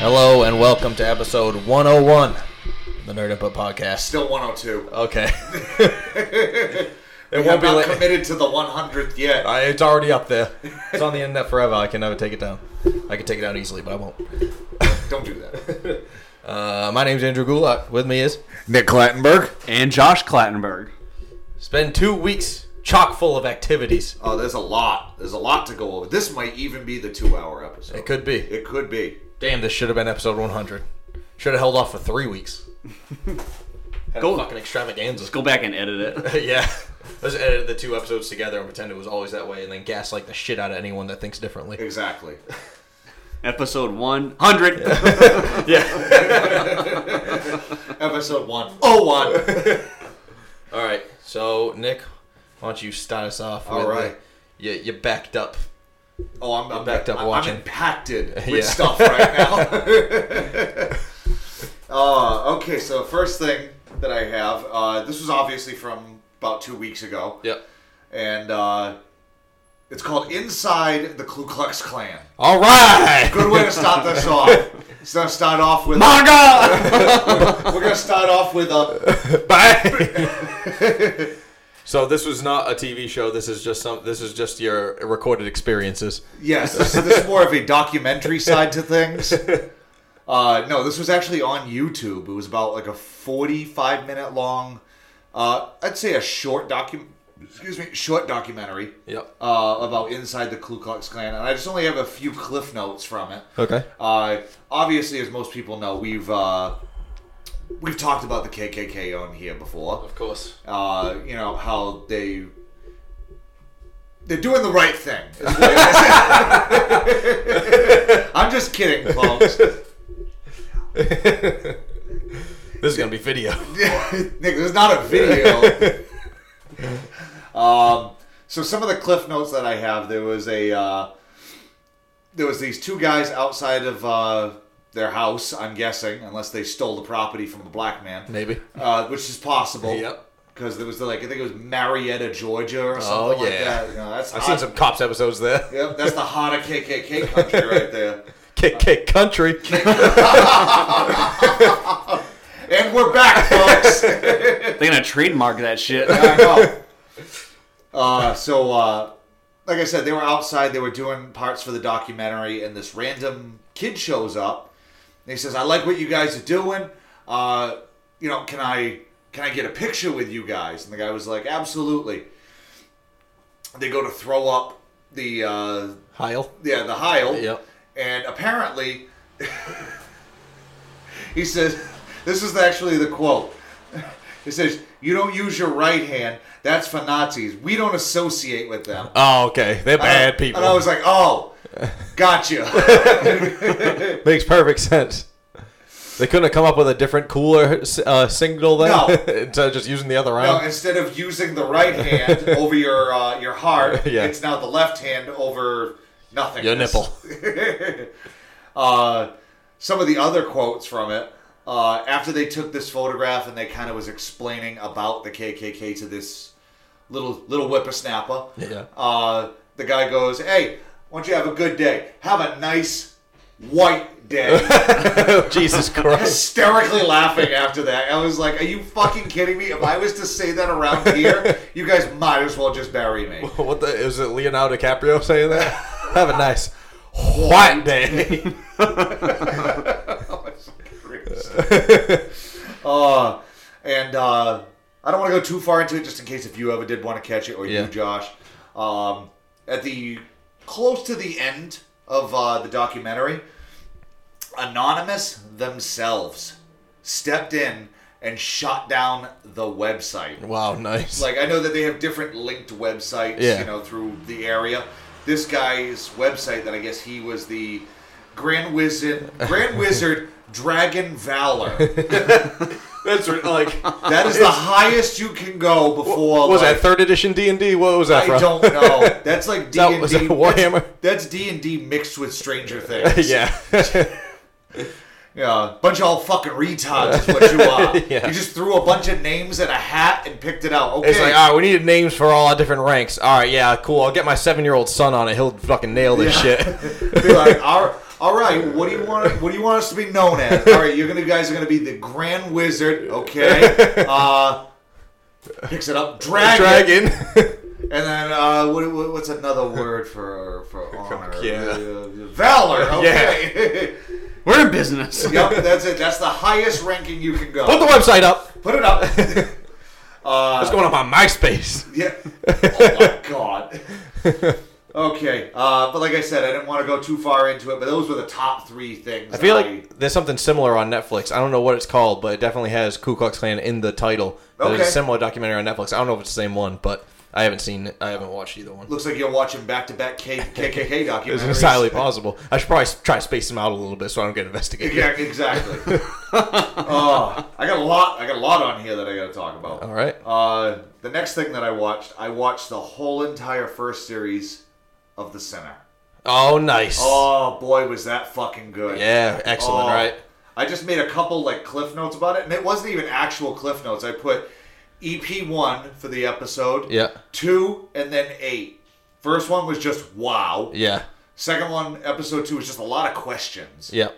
Hello and welcome to episode 101 of the Nerd Input Podcast. Still 102. okay. Uh, it won't have be not late. committed to the 100th yet. I, it's already up there. It's on the internet forever. I can never take it down. I can take it down easily, but I won't. Don't do that. Uh, my name's Andrew Gulak. With me is Nick Clattenburg. and Josh Clattenburg. it's been two weeks chock full of activities. Oh, there's a lot. There's a lot to go over. This might even be the two-hour episode. It could be. It could be. Damn, this should have been episode 100. Should have held off for three weeks. Had a Go- fucking extravaganza. Go back and edit it. yeah. Let's edit the two episodes together and pretend it was always that way and then gaslight the shit out of anyone that thinks differently. Exactly. Episode 100. Yeah. episode Oh, 101. All right. So, Nick, why don't you start us off? All with right. the- you, you backed up. Oh, I'm, I'm backed up I'm, watching. I'm impacted with Yeah. stuff right now. uh, okay, so first thing that I have, uh, this was obviously from about two weeks ago, Yep. and uh, it's called "Inside the Ku Klux Klan." All right. Good way to start this off. So start off with we're gonna start off with a Bye. so this was not a TV show. This is just some. This is just your recorded experiences. yes. This, this is more of a documentary side to things. Uh, no, this was actually on YouTube. It was about like a forty-five minute long. Uh, I'd say a short docu. Excuse me, short documentary. Yep. Uh, about inside the Ku Klux Klan, and I just only have a few cliff notes from it. Okay. Uh, obviously, as most people know, we've uh, we've talked about the KKK on here before. Of course. uh, you know how they they're doing the right thing. is what it is. I'm just kidding, folks. this is gonna be video. Nick, this is not a video. um, so some of the cliff notes that I have, there was a uh, there was these two guys outside of uh, their house. I'm guessing, unless they stole the property from a black man, Maybe. uh, which is possible. Yep. Because there was like I think it was Marietta, Georgia, or Oh, something like yeah. that. You know, that's I've seen hot- some cops episodes there. Yep, that's the heart of KKK country right there. Kick, kick, country. And we're back, folks. They're going to trademark that shit. I know. Uh, so, uh, like I said, they were outside. They were doing parts for the documentary, and this random kid shows up. And he says, "I like what you guys are doing. Uh, you know, can I can I get a picture with you guys?" And the guy was like, "Absolutely." They go to throw up the uh, Heil. yeah the Heil. Yep. And apparently, he says, this is actually the quote. He says, You don't use your right hand. That's for Nazis. We don't associate with them. Oh, okay. They're bad people. And I was like, Oh, gotcha. Makes perfect sense. They couldn't have come up with a different cooler uh, signal then, No. instead of just using the other now, round. instead of using the right hand over your, uh, your heart, Yeah. it's now the left hand over nothing. Your nipple. uh, some of the other quotes from it. Uh, after they took this photograph and they kind of was explaining about the KKK to this little little whippersnapper, Yeah. uh, the guy goes, "Hey, why don't you have a good day? Have a nice white day." Jesus Christ. Hysterically laughing after that, I was like, "Are you fucking kidding me? If I was to say that around here, you guys might as well just bury me." What the? Is it Leonardo DiCaprio saying that? Have a nice white day. Uh, and uh, I don't want to go too far into it, just in case if you ever did want to catch it or Yeah. you, Josh. Um, at the close to the end of uh, the documentary, Anonymous themselves stepped in and shot down the website. wow, nice. Like I know that they have different linked websites, Yeah. you know, through the area. This guy's website that I guess he was the Grand Wizard, Grand Wizard Dragon Valor. that's re- like. That is the highest you can go before. was like, that third edition D and D? What was that I from? don't know. That's like D that- and was D. that Warhammer? That's D and D mixed with Stranger Things. yeah. yeah. Bunch of all fucking retards is what you are. Yeah. You just threw a bunch of names in a hat and picked it out. Okay. It's like, all right, we needed names for all our different ranks. All right, yeah, cool. I'll get my seven-year-old son on it. He'll fucking nail this shit. Be like, our All right, what do you want? What do you want us to be known as? All right, you're gonna guys are gonna be the Grand Wizard, okay? Uh, picks it up, dragon, Dragon. and then uh, what, what- what's another word for for honor? Yeah. Uh, valor. Okay. We're in business. yep, that's it. That's the highest ranking you can go. Put the website up. Put it up. Uh, What's going on my MySpace? Yeah. Oh my god. Okay, uh, but like I said, I didn't want to go too far into it, but those were the top three things. I feel like there's something similar on Netflix. I don't know what it's called, but it definitely has Ku Klux Klan in the title. There's a Okay. similar documentary on Netflix. I don't know if it's the same one, but I haven't seen. I haven't watched either one. looks like you're watching back-to-back K- KKK It's documentaries. entirely possible. I should probably s- try to space them out a little bit so I don't get investigated. Yeah, exactly. oh, I got a lot. I got a lot on here that I got to talk about. All right. Uh, the next thing that I watched, I watched the whole entire first series of The Sinner. Oh, nice. Oh boy, was that fucking good! yeah, excellent. Oh. Right. I just made a couple like cliff notes about it, and it wasn't even actual cliff notes. I put EP one for the episode, Yeah. two, and then eight. First one was just wow. Yeah. Second one, episode two, was just a lot of questions, Yeah.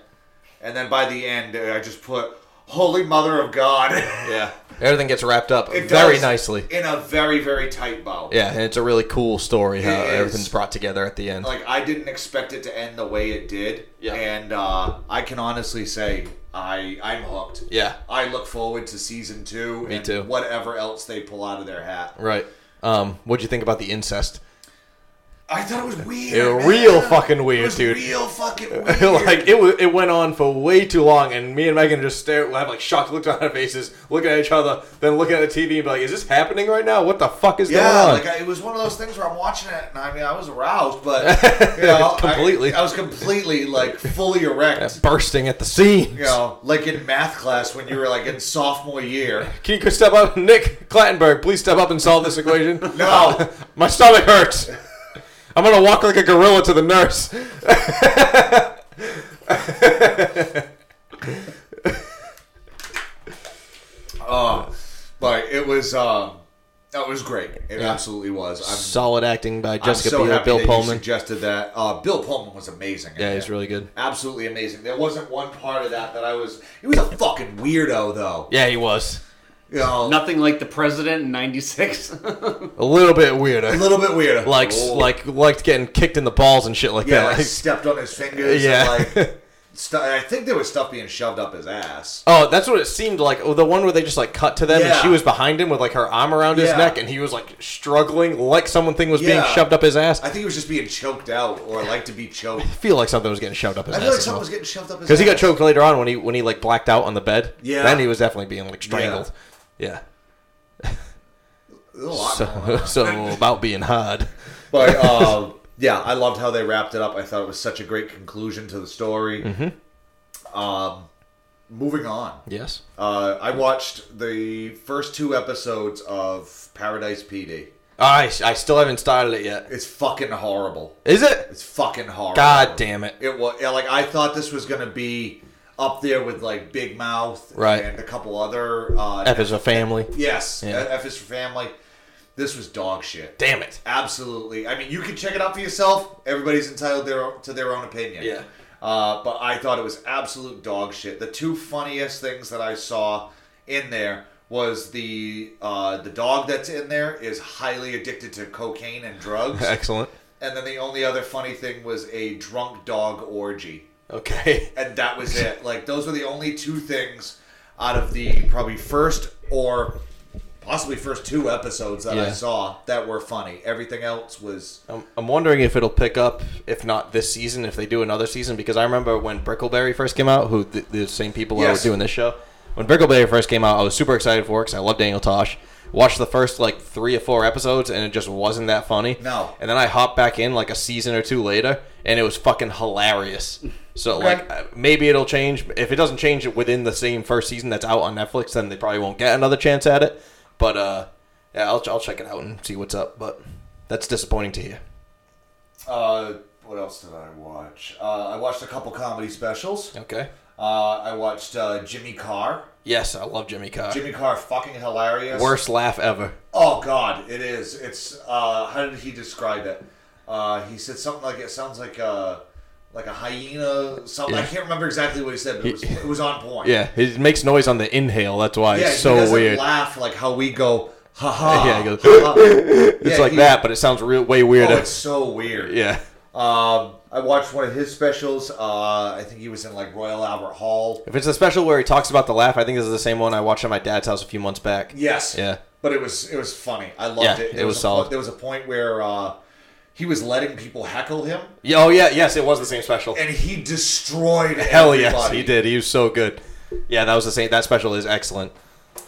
and then by the end, uh, I just put "Holy Mother of God" Yeah. Everything gets wrapped up It very does nicely. in a very very tight bow. Yeah, and it's a really cool story how It is. everything's brought together at the end. Like I didn't expect it to end the way it did, Yeah. and uh, I can honestly say I I'm hooked. yeah. I look forward to season two Me and too. whatever else they pull out of their hat. Right. Um, what'd you think about the incest? I thought it was weird. It was man. real fucking weird, It was dude. Real fucking weird. like it was, it went on for way too long, and me and Megan just stare, we'll have like shocked looks on our faces, looking at each other, then looking at the TV and be like, "Is this happening right now? What the fuck is yeah, going on?" like I, it was one of those things where I'm watching it and I mean I was aroused, but you know, I- Completely. I, was completely like fully erect. Bursting at the seams. You know, like in math class when you were like in sophomore year. Can you step up, Nick Clattenburg? Please step up and solve this equation. No, My stomach hurts. I'm gonna walk like a gorilla to the nurse. Uh, but it was um, that was great. It absolutely was. I'm, Solid acting by I'm Jessica so Biel, happy Bill that you Pullman. suggested that. Uh, Bill Pullman was amazing. in yeah, it. he's really good. absolutely amazing. There wasn't one part of that that I was. He was a fucking weirdo though. Yeah, he was You know, Nothing like the president in '96. a little bit a weirder. little bit weirder. Like, Oh. like, liked getting kicked in the balls and shit like yeah, that. like stepped on his fingers. Yeah. Yeah. And, like, stu- I think there was stuff being shoved up his ass. Oh, that's what it seemed like. Oh, the one where they just like cut to them and Yeah. she was behind him with like her arm around his Yeah. neck and he was like struggling like someone thing was being Yeah. shoved up his ass. I I think he was just being choked out, or like to be choked. feel like something was getting shoved up his I ass. feel like as someone well. was getting shoved up his. Because he got ass. choked later on when he when he like blacked out on the bed. Yeah. Then he was definitely being like strangled. Yeah. There's a lot going So, on. so about being hard. But uh, yeah, I loved how they wrapped it up. I thought it was such a great conclusion to the story. Mm-hmm. Um, moving on, Yes. uh, I watched the first two episodes of Paradise PD. I I still haven't started it yet. It's fucking horrible. Is it? It's fucking horrible. God damn it. It was yeah, like I thought this was gonna be up there with like Big Mouth Right. and a couple other. Uh, F is a family. yes, E, Yeah. F is for family. This was dog shit. Damn it. Absolutely. I mean, you can check it out for yourself. Everybody's entitled their to their own opinion. Yeah. Uh, but I thought it was absolute dog shit. The two funniest things that I saw in there was the uh, the dog that's in there is highly addicted to cocaine and drugs, Excellent. and then the only other funny thing was a drunk dog orgy, Okay. and that was it. Like those were the only two things out of the probably first or possibly first two episodes that I Yeah. saw that were funny. Everything else was I'm, I'm wondering if it'll pick up, if not this season, if they do another season, because I remember when Brickleberry first came out, who the, the same people that Yes. were doing this show. When Brickleberry first came out, I was super excited for it because I love Daniel Tosh. Watched the first like three or four episodes, and it just wasn't that funny. No. And then I hopped back in like a season or two later, and it was fucking hilarious. So like uh, maybe it'll change. If it doesn't change within the same first season that's out on Netflix, then they probably won't get another chance at it. But uh, yeah, I'll, I'll check it out and see what's up. But that's disappointing to hear. Uh, what else did I watch? Uh, I watched a couple comedy specials. Okay. Uh, I watched uh, Jimmy Carr. Yes, I love Jimmy Carr. Jimmy Carr, fucking hilarious. Worst laugh ever. Oh God, it is. It's. Uh, how did he describe it? Uh, he said something like it sounds like uh, like a hyena. Something I Yeah. can't remember exactly what he said, but it was, it was on point. Yeah, it makes noise on the inhale. That's why yeah. it's he so doesn't weird. Laugh like how we go, ha ha. Yeah, he goes, ha, ha." It's Yeah, like he- that, but it sounds real way Oh, weirder. it's so weird. yeah, Um, I watched one of his specials. Uh, I think he was in like Royal Albert Hall. if it's a special where he talks about the laugh, I think this is the same one I watched at my dad's house a few months back. Yes. Yeah. But it was it was funny. I loved Yeah, it. There it was a, solid. There was a point where uh, he was letting people heckle him, Yeah, Oh yeah, yes, it was the same special. and he destroyed Hell everybody. yes, he did. He was so good. Yeah, that was the same. That special is excellent.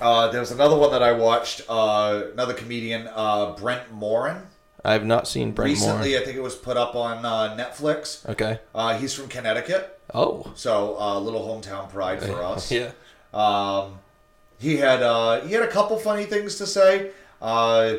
Uh, there was another one that I watched. Uh, another comedian, uh, Brent Morin. I've not seen Brent Recently, Moore. I think it was put up on uh, Netflix. Okay. Uh, he's from Connecticut, Oh. so uh, little hometown pride for us. Yeah. Um, he had uh, he had a couple funny things to say. Uh,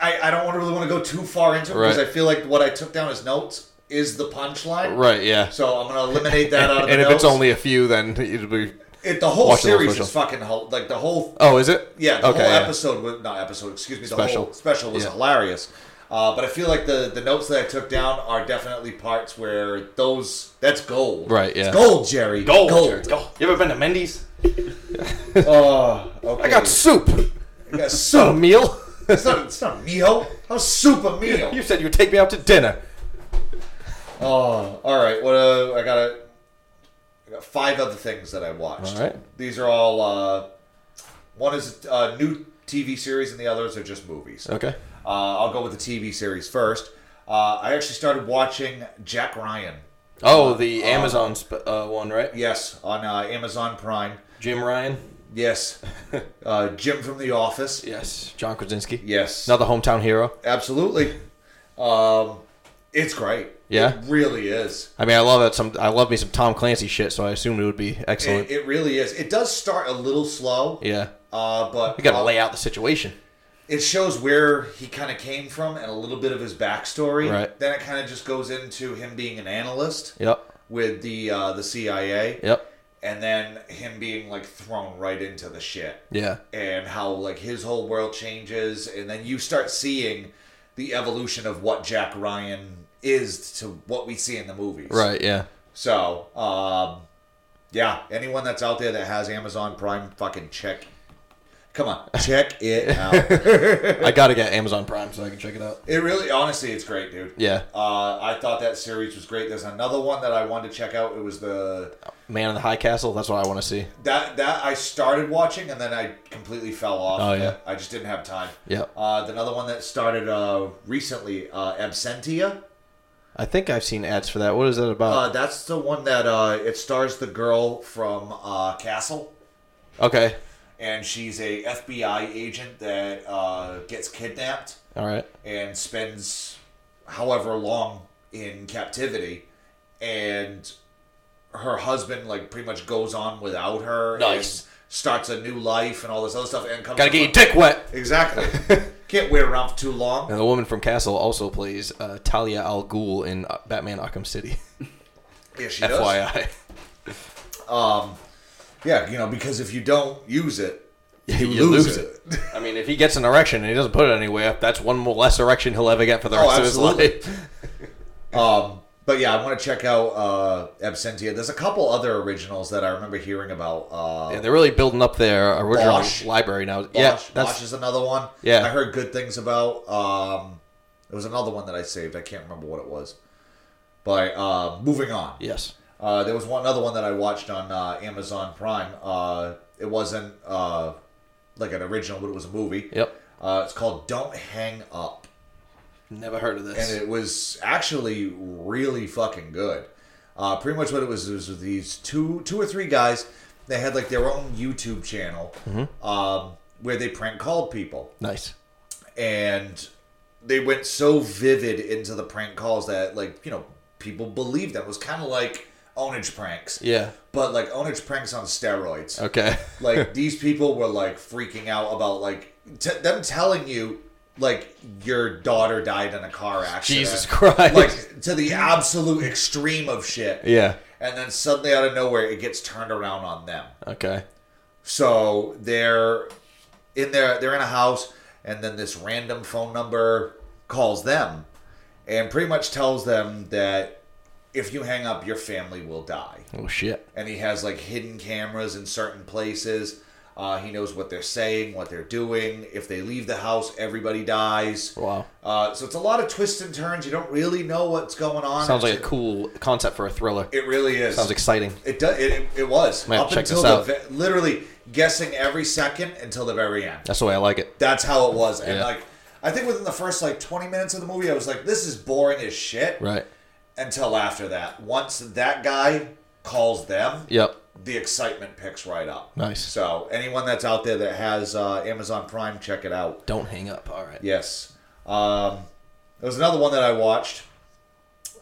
I I don't wanna- really want to go too far into it because Right. I feel like what I took down as notes is the punchline. Right. Yeah. So I'm gonna eliminate that out of the and if notes. it's only a few, then it'll be. it, the whole Watch the whole series is special. fucking hel- like the whole Oh, is it? yeah the okay. whole yeah. episode was not episode excuse me the Special. whole special was Yeah. hilarious. Uh, but I feel like the, the notes that I took down are definitely parts where those that's gold. Right, yeah. It's gold, Jerry. Jared, gold. You ever been to Mendy's? Oh, okay. I got soup. I got A so meal. It's not, it's not a meal. How's soup a meal? you said you'd take me out to dinner. Oh, all right. What uh, I got? A, I got five other things that I watched. All right. These are all. Uh, one is uh, new TV series, and the others are just movies. Okay. Uh, I'll go with the TV series first. Uh, I actually started watching Jack Ryan. Oh, the um, Amazon sp- uh, one, right? Yes, on uh, Amazon Prime. Jim Ryan. Yes, uh, Jim from The Office. Yes. John Krasinski. Yes, Another hometown hero. absolutely. Um, it's great. Yeah? it really is. I mean, I love that. Some I love me some Tom Clancy shit, so I assumed it would be excellent. It, it really is. It does start a little slow, yeah. uh, but You got to uh, lay out the situation. it shows where he kind of came from and a little bit of his backstory. Right. Then it kind of just goes into him being an analyst Yep. with the uh, the CIA, Yep. and then him being like thrown right into the shit, Yeah. and how like his whole world changes, and then you start seeing the evolution of what Jack Ryan is to what we see in the movies. Right. Yeah. So, um, yeah, anyone that's out there that has Amazon Prime, fucking check. Come on, check it out. I gotta get Amazon Prime so I can check it out. it really, honestly, it's great, dude. Yeah. Uh, I thought that series was great. There's another one that I wanted to check out. It was the Man in the High Castle. That's what I want to see. that that I started watching and then I completely fell off. Oh, of yeah. it. I just didn't have time. Yep. Uh, another one that started uh, recently, uh, Absentia. I think I've seen ads for that. What is that Uh, about? that's the one that uh, it stars the girl from uh, Castle. Uh, okay. and she's a FBI agent that uh, gets kidnapped All right. and spends however long in captivity, and her husband like pretty much goes on without her. Nice. And starts a new life and all this other stuff, and comes Gotta get your across- dick wet. exactly. Can't wait around for too long. And the woman from Castle also plays uh, Talia al Ghul in uh, Batman Arkham City. Yeah, she does. FYI. Um, yeah, you know because if you don't use it, you, You lose, lose it. I mean, if he gets an erection and he doesn't put it anywhere, that's one more less erection he'll ever get for the Oh, rest of his absolutely. life. Um, but yeah, I want to check out uh, Absentia. There's a couple other originals that I remember hearing about. Uh, Yeah, they're really building up their original Bosch. library now. Bosch, yeah, that's Bosch is another one. Yeah. I heard good things about. Um, there was another one that I saved. I can't remember what it was. But uh, moving on, yes. uh, there was one another one that I watched on uh, Amazon Prime. Uh, it wasn't uh, like an original, but it was a movie. Yep. Uh, it's called "Don't Hang Up." Never heard of this. and it was actually really fucking good. Uh, pretty much what it was was these two, two or three guys. They had like their own YouTube channel Mm-hmm. um, where they prank called people, nice. and they went so vivid into the prank calls that like you know people believed them. It was kind of like ownage pranks, Yeah. but like ownage pranks on steroids Okay. like these people were like freaking out about like t- them telling you like your daughter died in a car accident. Jesus Christ. Like to the absolute extreme of shit. yeah. And then suddenly out of nowhere it gets turned around on them. Okay. So they're in their they're in a house and then this random phone number calls them and pretty much tells them that if you hang up, your family will die. Oh shit. And he has like hidden cameras in certain places. Uh, he knows what they're saying, what they're doing. If they leave the house, everybody dies. Wow. Uh, so it's a lot of twists and turns. You don't really know what's going on. Sounds like a cool concept for a thriller. It really is. Sounds exciting. It does. It, it, it was Might have up to check until this the ve- literally guessing every second until the very end. That's the way I like it. That's how it was. And Yeah. like, I think within the first like twenty minutes of the movie, I was like, "This is boring as shit." Right. Until after that, once that guy calls them, Yep. the excitement picks right up. Nice. So anyone that's out there that has uh, Amazon Prime, check it out. Don't hang up. All right. Yes. Um, there was another one that I watched.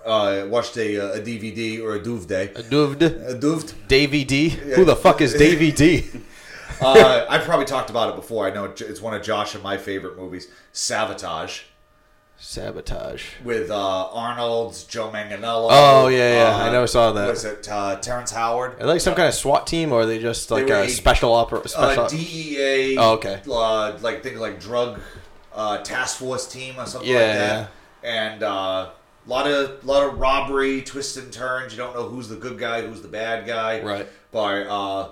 Uh, I watched a, uh, a DVD or a DVD. Duvd. A DVD. Davy D. Who the fuck is Davy D? uh, I probably talked about it before. I know it- it's one of Josh and my favorite movies, Sabotage, Sabotage. with uh, Arnold's Joe Manganiello. Oh, yeah, yeah. uh, I never saw that. Was it uh, Terrence Howard? Are they like some kind of SWAT team, or are they just like were a a- special opera? Special Uh, DEA. Oh, okay. Uh, like things like drug uh, task force team or something Yeah, like that. And a uh, lot of lot of robbery, twists and turns. You don't know who's the good guy, who's the bad guy. Right. By uh,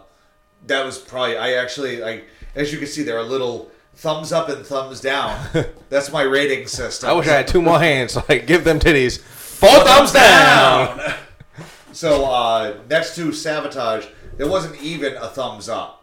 that was probably I actually like as you can see there are little thumbs up and thumbs down. That's my rating system. I wish I had two more hands. so I could give them titties. Four thumbs down. So uh, next to sabotage, there wasn't even a thumbs up.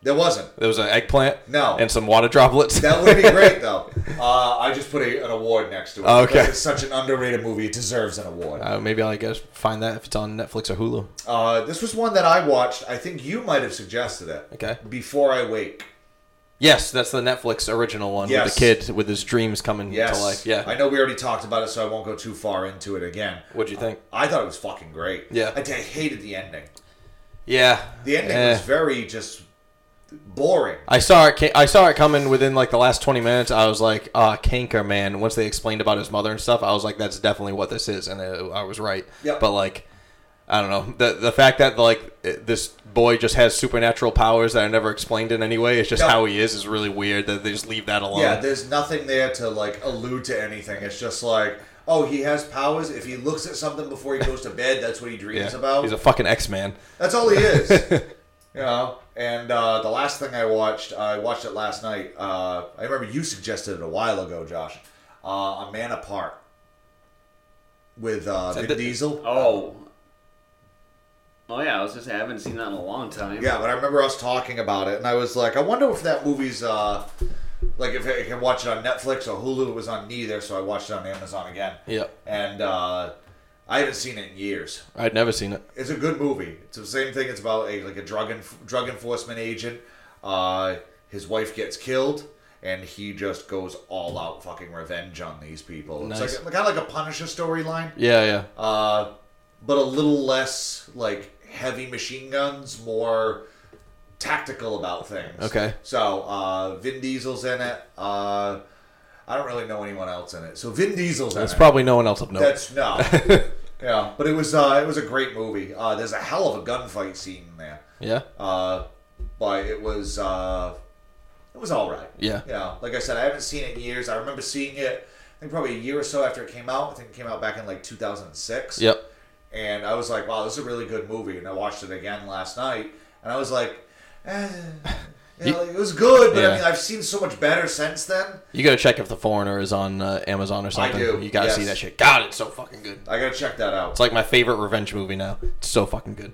There wasn't. There was an eggplant. No. And some water droplets. That would be great though. Uh, I just put a, an award next to it. Okay. because It's such an underrated movie. It deserves an award. Uh, maybe I guess find that if it's on Netflix or Hulu. Uh, this was one that I watched. I think you might have suggested it. Okay. Before I wake. Yes, that's the Netflix original one with Yes. the kid with his dreams coming Yes. to life. Yeah. I know we already talked about it, so I won't go too far into it again. What'd you think? I thought it was fucking great. Yeah. I, I hated the ending. yeah. The ending Eh. was very just boring. I saw it. ca- I saw it coming within like the last twenty minutes. I was like, "Ah, canker man." Once they explained about his mother and stuff, I was like, "That's definitely what this is," and uh I was right. Yep. But like, I don't know the the fact that like it- this boy just has supernatural powers that are never explained in any way. It's just Yep. how he is. Is really weird that they just leave that alone. Yeah, there's nothing there to like allude to anything. It's just like, oh, he has powers. If he looks at something before he goes to bed, that's what he dreams Yeah. about. He's a fucking X man. That's all he is. you know. And uh, the last thing I watched, I watched it last night. Uh, I remember you suggested it a while ago, Josh. Uh, a Man Apart with uh, Vin the- Diesel. Oh. Oh yeah, I was just I haven't seen that in a long time. Yeah, but I remember us talking about it, and I was like, I wonder if that movie's uh, like if I can watch it on Netflix or Hulu. It was on neither, so I watched it on Amazon again. Yep. And uh, I haven't seen it in years. I'd never seen it. It's a good movie. It's the same thing. It's about a like a drug enf- drug enforcement agent. Uh, his wife gets killed, and he just goes all out fucking revenge on these people. Nice. It's like kind of like a Punisher storyline, Yeah, yeah. uh, but a little less like heavy machine guns, more tactical about things. Okay. So uh, Vin Diesel's in it. Uh, I don't really know anyone else in it. So Vin Diesel's in That's it. probably no one else will know. That's no. yeah, but it was uh, it was a great movie. Uh, there's a hell of a gunfight scene in there, yeah. uh, but it was uh, it was all right. Yeah. yeah. Like I said, I haven't seen it in years. I remember seeing it. I think probably a year or so after it came out. I think it came out back in like 2006. Yep. And I was like, wow, this is a really good movie. And I watched it again last night, and I was like, eh, you know, it was good, but I Yeah. mean, I've seen so much better since then. You gotta check if the foreigner is on uh, Amazon or something. do, You gotta yes. see that shit. God, it's so fucking good. I gotta check that out. It's like my favorite revenge movie now. It's so fucking good.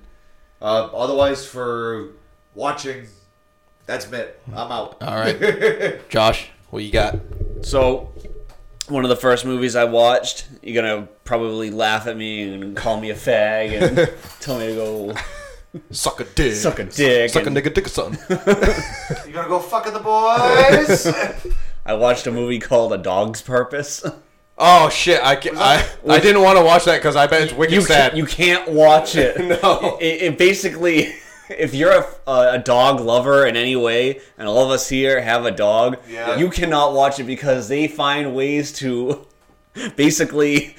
Uh, otherwise, for watching, that's it. I'm out. All right, Josh, what you got? So, one of the first movies I watched, you're gonna probably laugh at me and call me a fag and tell me to go Suck a dick. Suck a dick Suck a and- nigga dick or something. You gonna go fuck with the boys? I watched a movie called A Dog's Purpose. oh shit! I ca- I, I didn't want to watch that because I bet it's wicked You sad. can't, you can't watch it. No. It, it basically, if you're a, a, a dog lover in any way, and all of us here have a dog, Yeah. you cannot watch it because they find ways to basically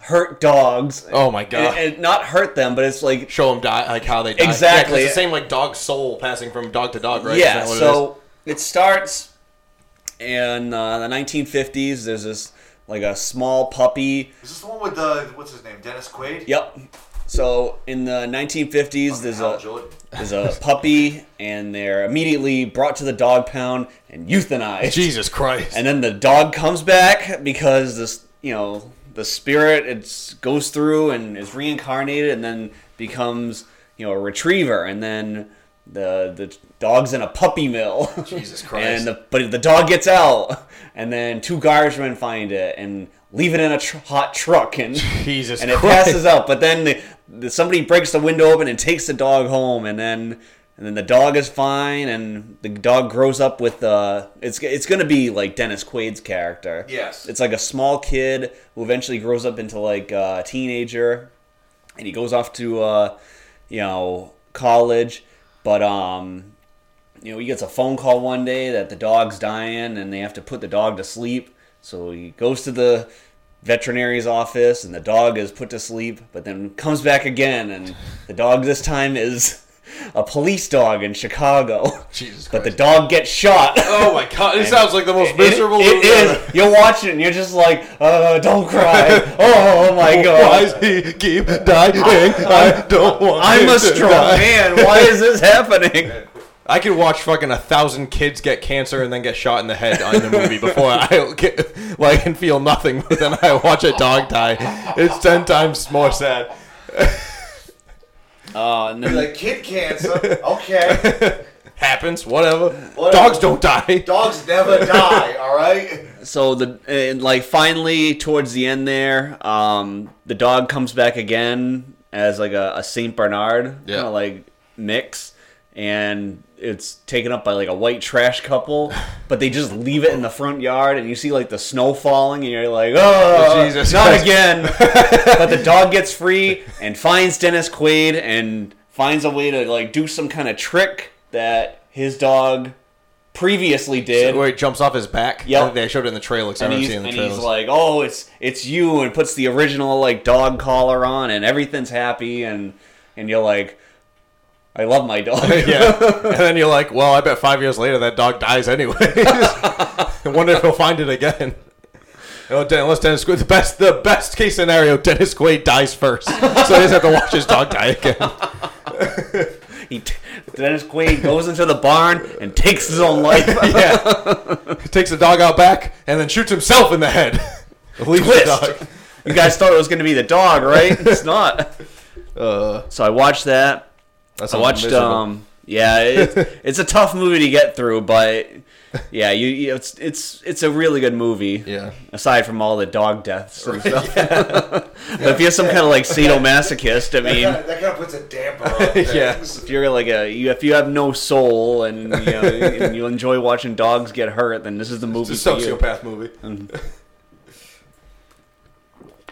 hurt dogs. oh my god! and, and not hurt them, but it's like Show them die like how they die. Yeah, Exactly. 'cause it's the same like dog soul passing from dog to dog, right? yeah. Isn't that what it So it, starts in uh, the 1950s. There's this like a small puppy. Is this the one with the what's his name, Dennis Quaid? Yep. So in the 1950s, there's uh, Hal a Jordan. there's a puppy, and they're immediately brought to the dog pound and euthanized. Jesus Christ. And then the dog comes back because this, you know, the spirit it goes through and is reincarnated, and then becomes you know a retriever, and then the the dog's in a puppy mill. Jesus Christ. and the, but the dog gets out, and then two guardsmen find it and leave it in a tr- hot truck, and Jesus and it Christ. passes out. But then the, the, somebody breaks the window open and takes the dog home, and then and then the dog is fine, and the dog grows up with uh, it's it's gonna be like Dennis Quaid's character. Yes. it's like a small kid who eventually grows up into like uh, a teenager, and he goes off to uh, you know college, but um. You know, he gets a phone call one day that the dog's dying and they have to put the dog to sleep. So he goes to the veterinary's office and the dog is put to sleep, but then comes back again and the dog this time is a police dog in Chicago. Jesus But the dog gets shot. oh my god, it sounds like the most It- miserable it movie ever. is. You're watching it and you're just like, uh, don't cry. Oh my Why is god. he keep dying? I don't want I'm him a to strong die. man. Why is this happening? I could watch fucking a thousand kids get cancer and then get shot in the head on the movie before I get, like and feel nothing, but then I watch a dog die. It's ten times more sad. Uh, and then Like kid cancer. Okay. Happens, whatever. Whatever. Dogs don't die. Dogs never die, all right? so the and like finally towards the end there um the dog comes back again as like a, a saint bernard Yeah. kind of like mix and it's taken up by like a white trash couple but they just leave it in the front yard and you see like the snow falling and you're like oh Jesus not Christ." again but the dog gets free and finds dennis quaid and finds a way to like do some kind of trick that his dog previously did Where he jumps off his back. Yep. I think They showed it in the trailer because I and haven't he's, seen the and trailers. he's like, "Oh, it's it's you," and puts the original like dog collar on, and everything's happy, and and you're like, "I love my dog." yeah. And then you're like, well, I bet five years later that dog dies anyway. I wonder if he'll find it again. Oh, Den- unless Dennis Quaid, the best, the best case scenario, Dennis Quaid dies first, so he doesn't have to watch his dog die again. he t- Dennis Quaid goes into the barn and takes his own life. yeah, he takes the dog out back and then shoots himself in the head. Leaves the Twist. dog. You guys thought it was going to be the dog, right? It's not. Uh, So I watched that. that's I watched. miserable. Um, yeah, it, it's a tough movie to get through, but yeah, you, you it's it's it's a really good movie. Yeah. aside from all the dog deaths and stuff. but if you're some kind of like sadomasochist, I That mean, kinda, that kinda puts a damper on things. if you're like a you, if you have no soul and you, know, and you enjoy watching dogs get hurt, then this is the movie It's a for you. sociopath movie.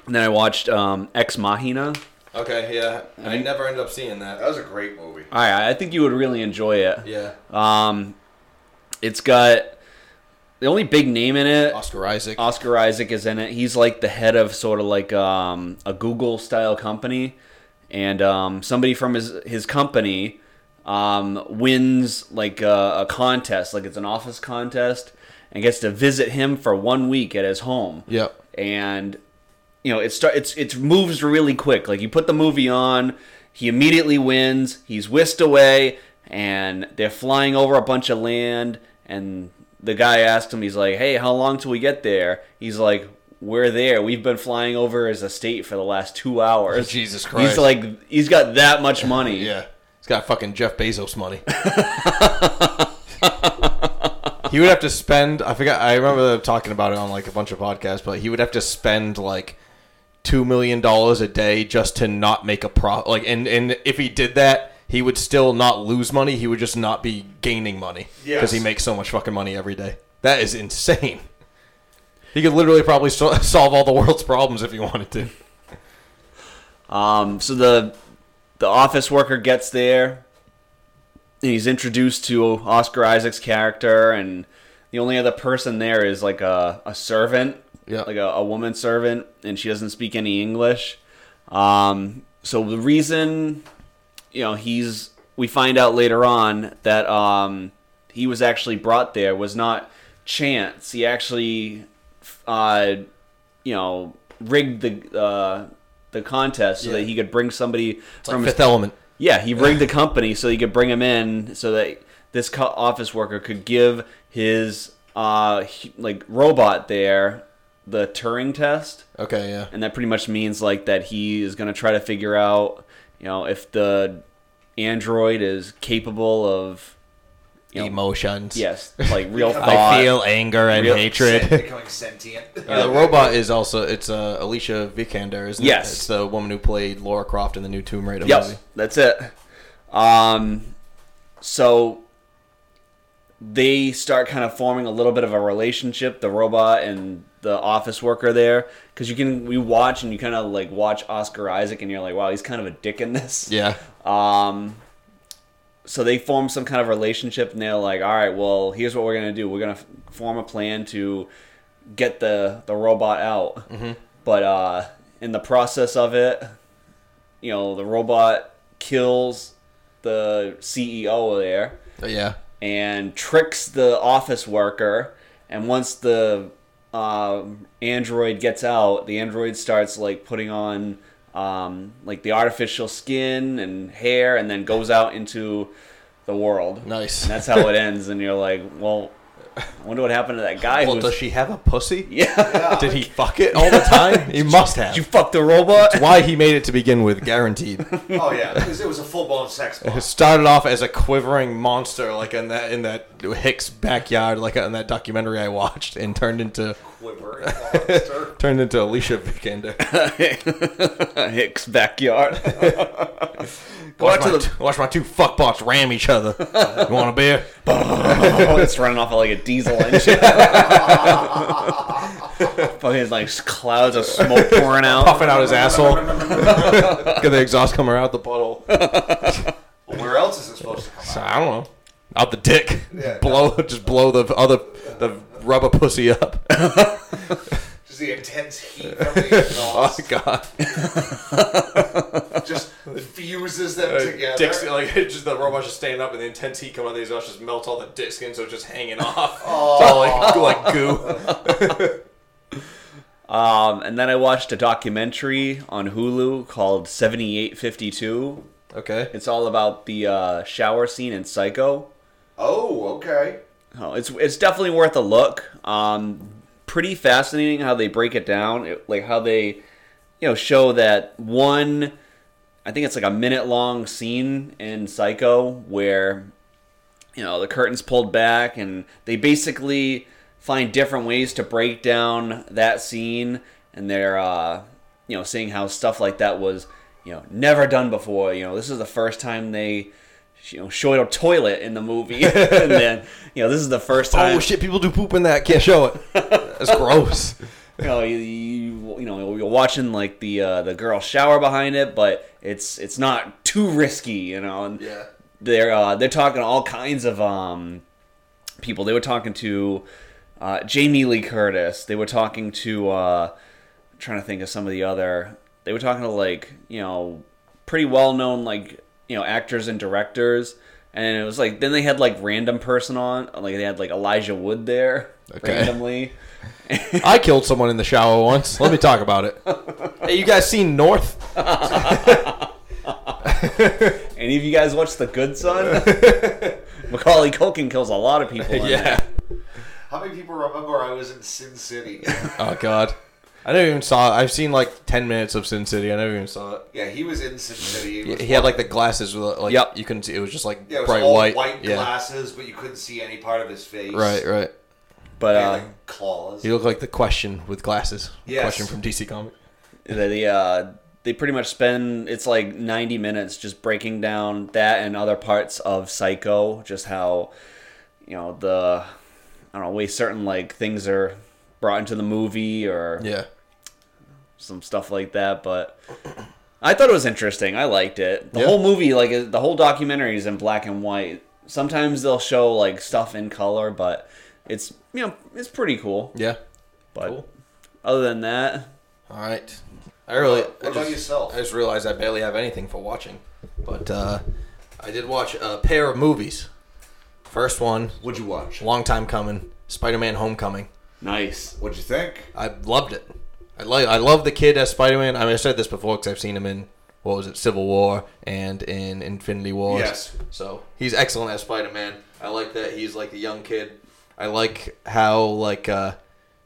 And then I watched um, Ex Machina. Okay, yeah, I never ended up seeing That was a great movie. All right, I think you would really enjoy it. Yeah, Um, it's got the only big name in it. Oscar Isaac. Oscar Isaac is in it. He's like the head of sort of like um, a Google style company, and um, somebody from his his company um, wins like a, a contest, like it's an office contest, and gets to visit him for one week at his home. Yep. And you know, it start it's it moves really quick. Like you put the movie on, he immediately wins. He's whisked away, and they're flying over a bunch of land. And the guy asked him, he's like, "Hey, how long till we get there?" He's like, "We're there. We've been flying over as a state for the last two hours." Jesus Christ. He's like, he's got that much money. Yeah. He's got fucking Jeff Bezos money. he would have to spend I forgot I remember them talking about it on like a bunch of podcasts, but he would have to spend like two million dollars a day just to not make a profit like and, and if he did that he would still not lose money he would just not be gaining money because Yes. he makes so much fucking money every day that is insane he could literally probably so- solve all the world's problems if he wanted to Um, so the the office worker gets there, and he's introduced to Oscar Isaac's character, and the only other person there is like a, a servant, Yeah. like a, a woman servant, and she doesn't speak any English. Um, so the reason, you know, he's we find out later on that um, he was actually brought there was not chance. He actually uh, you know rigged the uh, the contest so Yeah. that he could bring somebody Like from his Fifth Element. yeah, he rigged the company so he could bring him in so that this co- office worker could give his uh he- like robot there the Turing test, Okay, yeah. and that pretty much means like that he is going to try to figure out, you know, if the android is capable of you know, Emotions. yes, like real I thought. anger and Real- Sen- becoming sentient. the robot is also it's uh, Alicia Vikander, isn't it? Yes. It's the woman who played Laura Croft in the new Tomb Raider movie. Yep, that's it. Um, so they start kind of forming a little bit of a relationship, the robot and the office worker there, because you can we watch and you kind of like watch Oscar Isaac and you're like, wow, he's kind of a dick in this. Yeah. Um, so they form some kind of relationship, and they're like, "All right, well, here's what we're gonna do. We're gonna f- form a plan to get the the robot out." But uh, in the process of it, you know, the robot kills the CEO there Uh, Yeah. and tricks the office worker. And once the um, android gets out, the android starts like putting on um, like the artificial skin and hair, and then goes out into the world. Nice. And that's how it ends. And you're like, well, I wonder what happened to that guy Well, who. does Was- she have a pussy? yeah, Did he fuck it all the time? he must have. you fucked the robot. Why he made it to begin with, guaranteed. oh yeah, it was, it was a full blown sex It bomb. started off as a quivering monster, like in that in that Hicks backyard, like uh, in that documentary I watched, and turned into Quivering monster. turned into Alicia Vikander. Hicks backyard. Go Watch, out to my, the. t- watch my two fuckbots ram each other. you want a beer? Oh, it's running off like a diesel engine. Fucking like clouds of smoke pouring out. Puffing out his asshole. Get the exhaust coming out the bottle. Where else is it supposed to come out? I don't know. Out the dick. Yeah. blow, just blow the other the rubber pussy up. Just the intense heat from the exhaust god. just fuses them together. Dicks, like just the robot just standing up, and the intense heat coming out of the exhaust just melts all the dick skin, so it's just hanging off. It's all like like goo. Um, and then I watched a documentary on Hulu called 7852. Okay. It's all about the uh, shower scene in Psycho. Oh, okay. Oh, it's it's definitely worth a look. Um, pretty fascinating how they break it down, It- like how they, you know, show that one. I think it's like a minute long scene in Psycho where, you know, the curtains pulled back and they basically find different ways to break down that scene, and they're, uh, you know, seeing how stuff like that was, you know, never done before. You know, this is the first time they. You know, showed a toilet in the movie, and then you know this is the first time. Oh shit! People do poop in that. Can't show it. That's gross. you know, you, you, you know, you're watching like the uh, the girl shower behind it, but it's it's not too risky, you know. And Yeah. they're uh, they're talking to all kinds of um, people. They were talking to uh, Jamie Lee Curtis. They were talking to uh, I'm trying to think of some of the other. They were talking to like you know pretty well known like you know actors and directors. And it was like then they had like random person on, like they had like Elijah Wood there Okay. randomly. I killed someone in the shower once. Let me talk about it. Hey, you guys seen North? Any of you guys watch The Good Son? Macaulay Culkin kills a lot of people. In yeah. Yeah. How many people remember I was in Sin City? Oh god. I never even saw it. I've seen like ten minutes of Sin City. I never even saw it. yeah, he was in Sin City. He, was, He had like the glasses with like Yep. you couldn't see. It was just like yeah, it was bright all white. white, yeah. glasses, but you couldn't see any part of his face. Right, right. He But had, uh, like, claws. You look like the question with glasses. Yes. Question from DC Comic. they they, uh, they pretty much spend it's like ninety minutes just breaking down that and other parts of Psycho, just how you know the I don't know way certain like things are brought into the movie or Yeah. some stuff like that. But I thought it was interesting. I liked it. The Yeah. whole movie, like is- the whole documentary, is in black and white. Sometimes they'll show like stuff in color, but it's you know it's pretty cool. Yeah. But Cool. other than that, All right. I really. I about just, yourself? I just realized I barely have anything for watching, but uh, I did watch a pair of movies. First one, What'd you watch? long time coming, Spider-Man: Homecoming. nice. What'd you think? I loved it. I like I love the kid as Spider Man. I mean, I said this before because I've seen him in what was it, Civil War and in Infinity War. Yes. So he's excellent as Spider Man. I like that he's like the young kid. I like how like uh,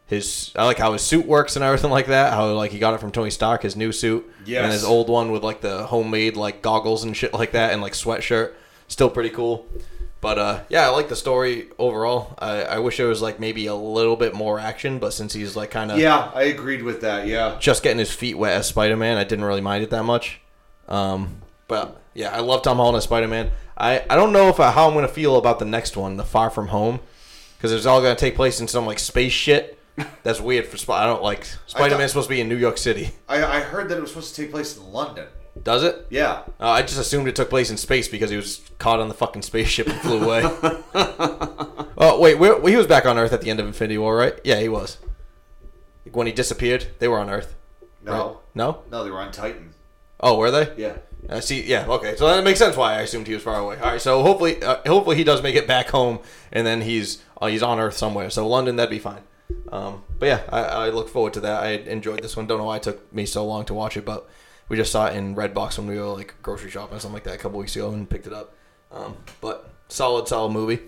his I like how his suit works and everything like that. How like he got it from Tony Stark, his new suit, and Yes. his old one with like the homemade like goggles and shit like that, and like sweatshirt. Still pretty cool. But uh, yeah, I like the story overall. I, I wish there was like maybe a little bit more action, but since he's like kind of Yeah, I agreed with that. Yeah. just getting his feet wet as Spider Man. I didn't really mind it that much. Um, but yeah, I love Tom Holland as Spider Man. I, I don't know if I, how I'm gonna feel about the next one, the Far From Home, because it's all gonna take place in some like space shit. That's weird for Spider. I don't like Spider Man's supposed to be in New York City. I, I heard that it was supposed to take place in London. Does it? Yeah. Uh, I just assumed it took place in space because he was caught on the fucking spaceship and flew away. oh wait, where, he was back on Earth at the end of Infinity War, right? Yeah, he was. Like, when he disappeared, they were on Earth. No. No? No, they were on Titan. Oh, were they? Yeah. I see. Yeah. Okay. So that makes sense why I assumed he was far away. All right. So hopefully, uh, hopefully he does make it back home, and then he's uh, he's on Earth somewhere. So London, that'd be fine. Um, but yeah, I, I look forward to that. I enjoyed this one. Don't know why it took me so long to watch it, but we just saw it in Redbox when we were like grocery shopping or something like that a couple weeks ago and picked it up. Um, but solid, solid movie.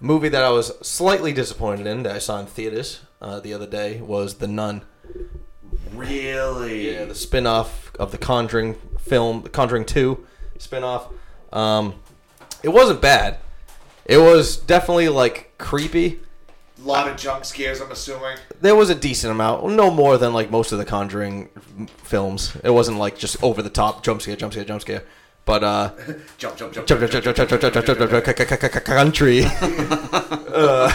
Movie that I was slightly disappointed in that I saw in theaters uh, the other day was The Nun. Really? Yeah, the spin-off of the Conjuring film, the Conjuring 2 spin-off. Um, it wasn't bad. It was definitely like creepy. A lot of jump scares, I'm assuming. There was a decent amount, no more than like most of the Conjuring films. It wasn't like just over the top jump scare, jump scare, jump scare. But uh Jump, jump, jump, jump, jump, jump, jump, jump, jump, jump, jump, jump, jump, c- c- c- c- country. Uh,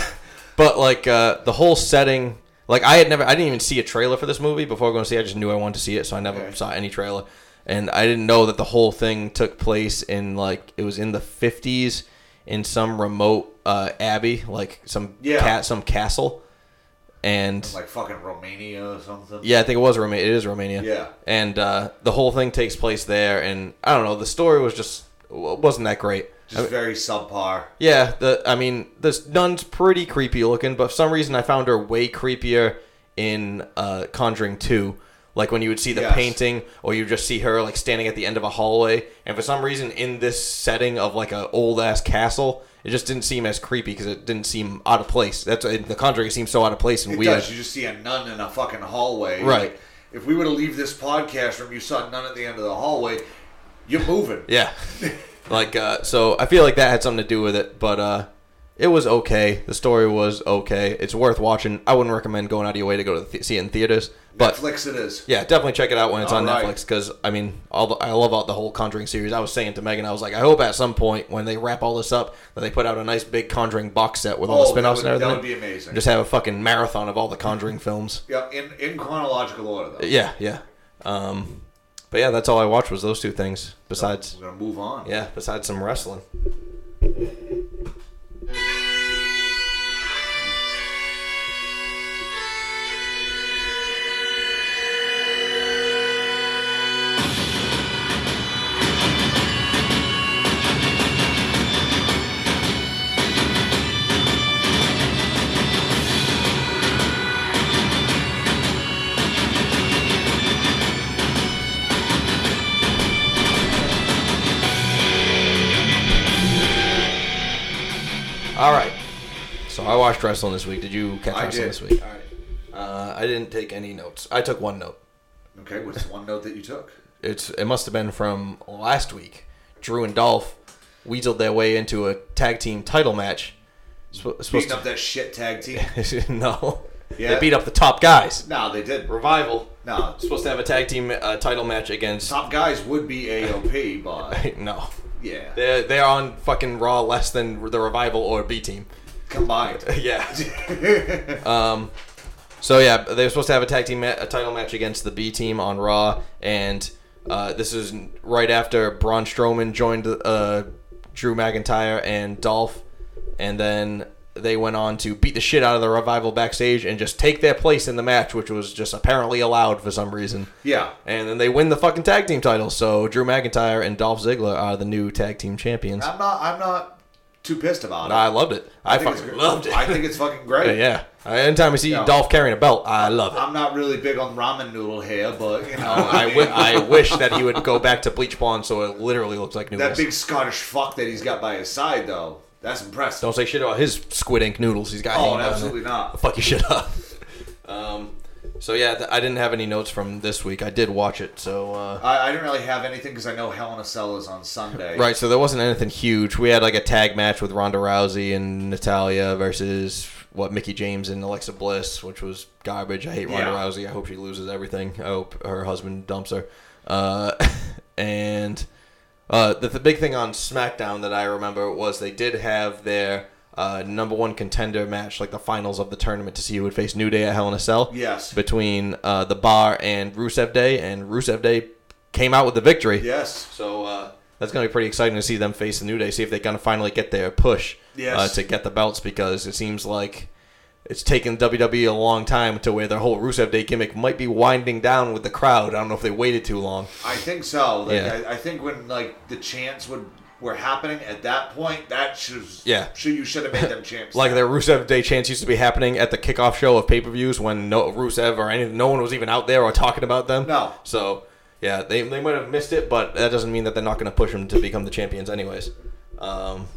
But like uh, the whole setting, like I had never, I didn't even see a trailer for this movie before going to see. it. I just knew I wanted to see it, so I never Okay. saw any trailer, and I didn't know that the whole thing took place in like it was in the fifties in some remote uh, abbey, like some Yeah. cat, some castle, and Like fucking Romania or something. yeah, I think it was Romania. It is Romania. Yeah. and uh, the whole thing takes place there, and I don't know. The story was just wasn't that great. I Just very subpar. yeah, the I mean, this nun's pretty creepy looking, but for some reason I found her way creepier in uh, Conjuring Two. Like when you would see the Yes. painting, or you just see her like standing at the end of a hallway, and for some reason in this setting of like a old ass castle, it just didn't seem as creepy because it didn't seem out of place. That's in the Conjuring, it seems so out of place and It weird. does. You just see a nun in a fucking hallway. Right. Like, if we were to leave this podcast room, you saw a nun at the end of the hallway, you're moving. Yeah. like uh, so I feel like that had something to do with it, but uh it was okay. The story was okay. It's worth watching. I wouldn't recommend going out of your way to go to the th- see it in theaters, but Netflix it is. yeah, definitely check it out when it's on All right. Netflix because I mean, all the, I love all the whole Conjuring series. I was saying to Megan, I was like, I hope at some point when they wrap all this up that they put out a nice big Conjuring box set with all the Oh, that spin-offs would- and everything. that would be amazing. Just have a fucking marathon of all the Conjuring films. Yeah, in, in chronological order, though. Yeah, yeah. Um, but yeah, that's all I watched was those two things. Besides, We're going to move on. yeah, besides some wrestling. All right. So I watched wrestling this week. Did you catch I wrestling did. this week? All right. Uh, I didn't take any notes. I took one note. Okay, what's the one note that you took? It's it must have been from last week. Drew and Dolph weaseled their way into a tag team title match. Sp- supposed Beating up that shit tag team. to no, Yeah. they beat up the top guys. no, they did. Revival No, supposed to have a tag team uh, title match against top guys would be AOP, but no. yeah, They're, they're on fucking Raw less than the Revival or B team. combined. yeah. um, so yeah, they were supposed to have a tag team ma- a title match against the B team on Raw, and uh, this is right after Braun Strowman joined uh, Drew McIntyre and Dolph, and then they went on to beat the shit out of the revival backstage and just take their place in the match, which was just apparently allowed for some reason. Yeah. And then they win the fucking tag team title, so Drew McIntyre and Dolph Ziggler are the new tag team champions. I'm not. I'm not too pissed about I it. loved it. I, think it's fucking great. loved it. I think it's fucking great. yeah. Anytime I see Yeah. Dolph carrying a belt, I love it. I'm not really big on ramen noodle hair, but you know, I, mean, w- I wish that he would go back to bleach blonde so it literally looks like that noodles. big Scottish fuck that he's got by his side though. That's impressive. Don't say shit about his squid ink noodles. He's got. Oh, hanging down absolutely there. not. I'll fuck your shit up. um, so yeah, th- I didn't have any notes from this week. I did watch it, so. Uh, I, I didn't really have anything because I know Hell in a Cell is on Sunday. Right, so there wasn't anything huge. We had like a tag match with Ronda Rousey and Natalia versus what Mickey James and Alexa Bliss, which was garbage. I hate Ronda Yeah. Rousey. I hope she loses everything. I hope her husband dumps her. Uh, and uh, the, the big thing on SmackDown that I remember was they did have their uh, number one contender match, like the finals of the tournament, to see who would face New Day at Hell in a Cell Yes. between uh, the Bar and Rusev Day, and Rusev Day came out with the victory. Yes. So uh, that's going to be pretty exciting to see them face the New Day, see if they're going to finally get their push Yes. uh, to get the belts because it seems like it's taken WWE a long time to where their whole Rusev Day gimmick might be winding down with the crowd. I don't know if they waited too long. I think so. Like, Yeah. I, I think when like the chants would were happening at that point, that should Yeah. should you should have made them champs. Like their Rusev Day chance used to be happening at the kickoff show of pay per views when no Rusev or any no one was even out there or talking about them. No. So yeah, they, they might have missed it, but that doesn't mean that they're not going to push them to become the champions, anyways. Um,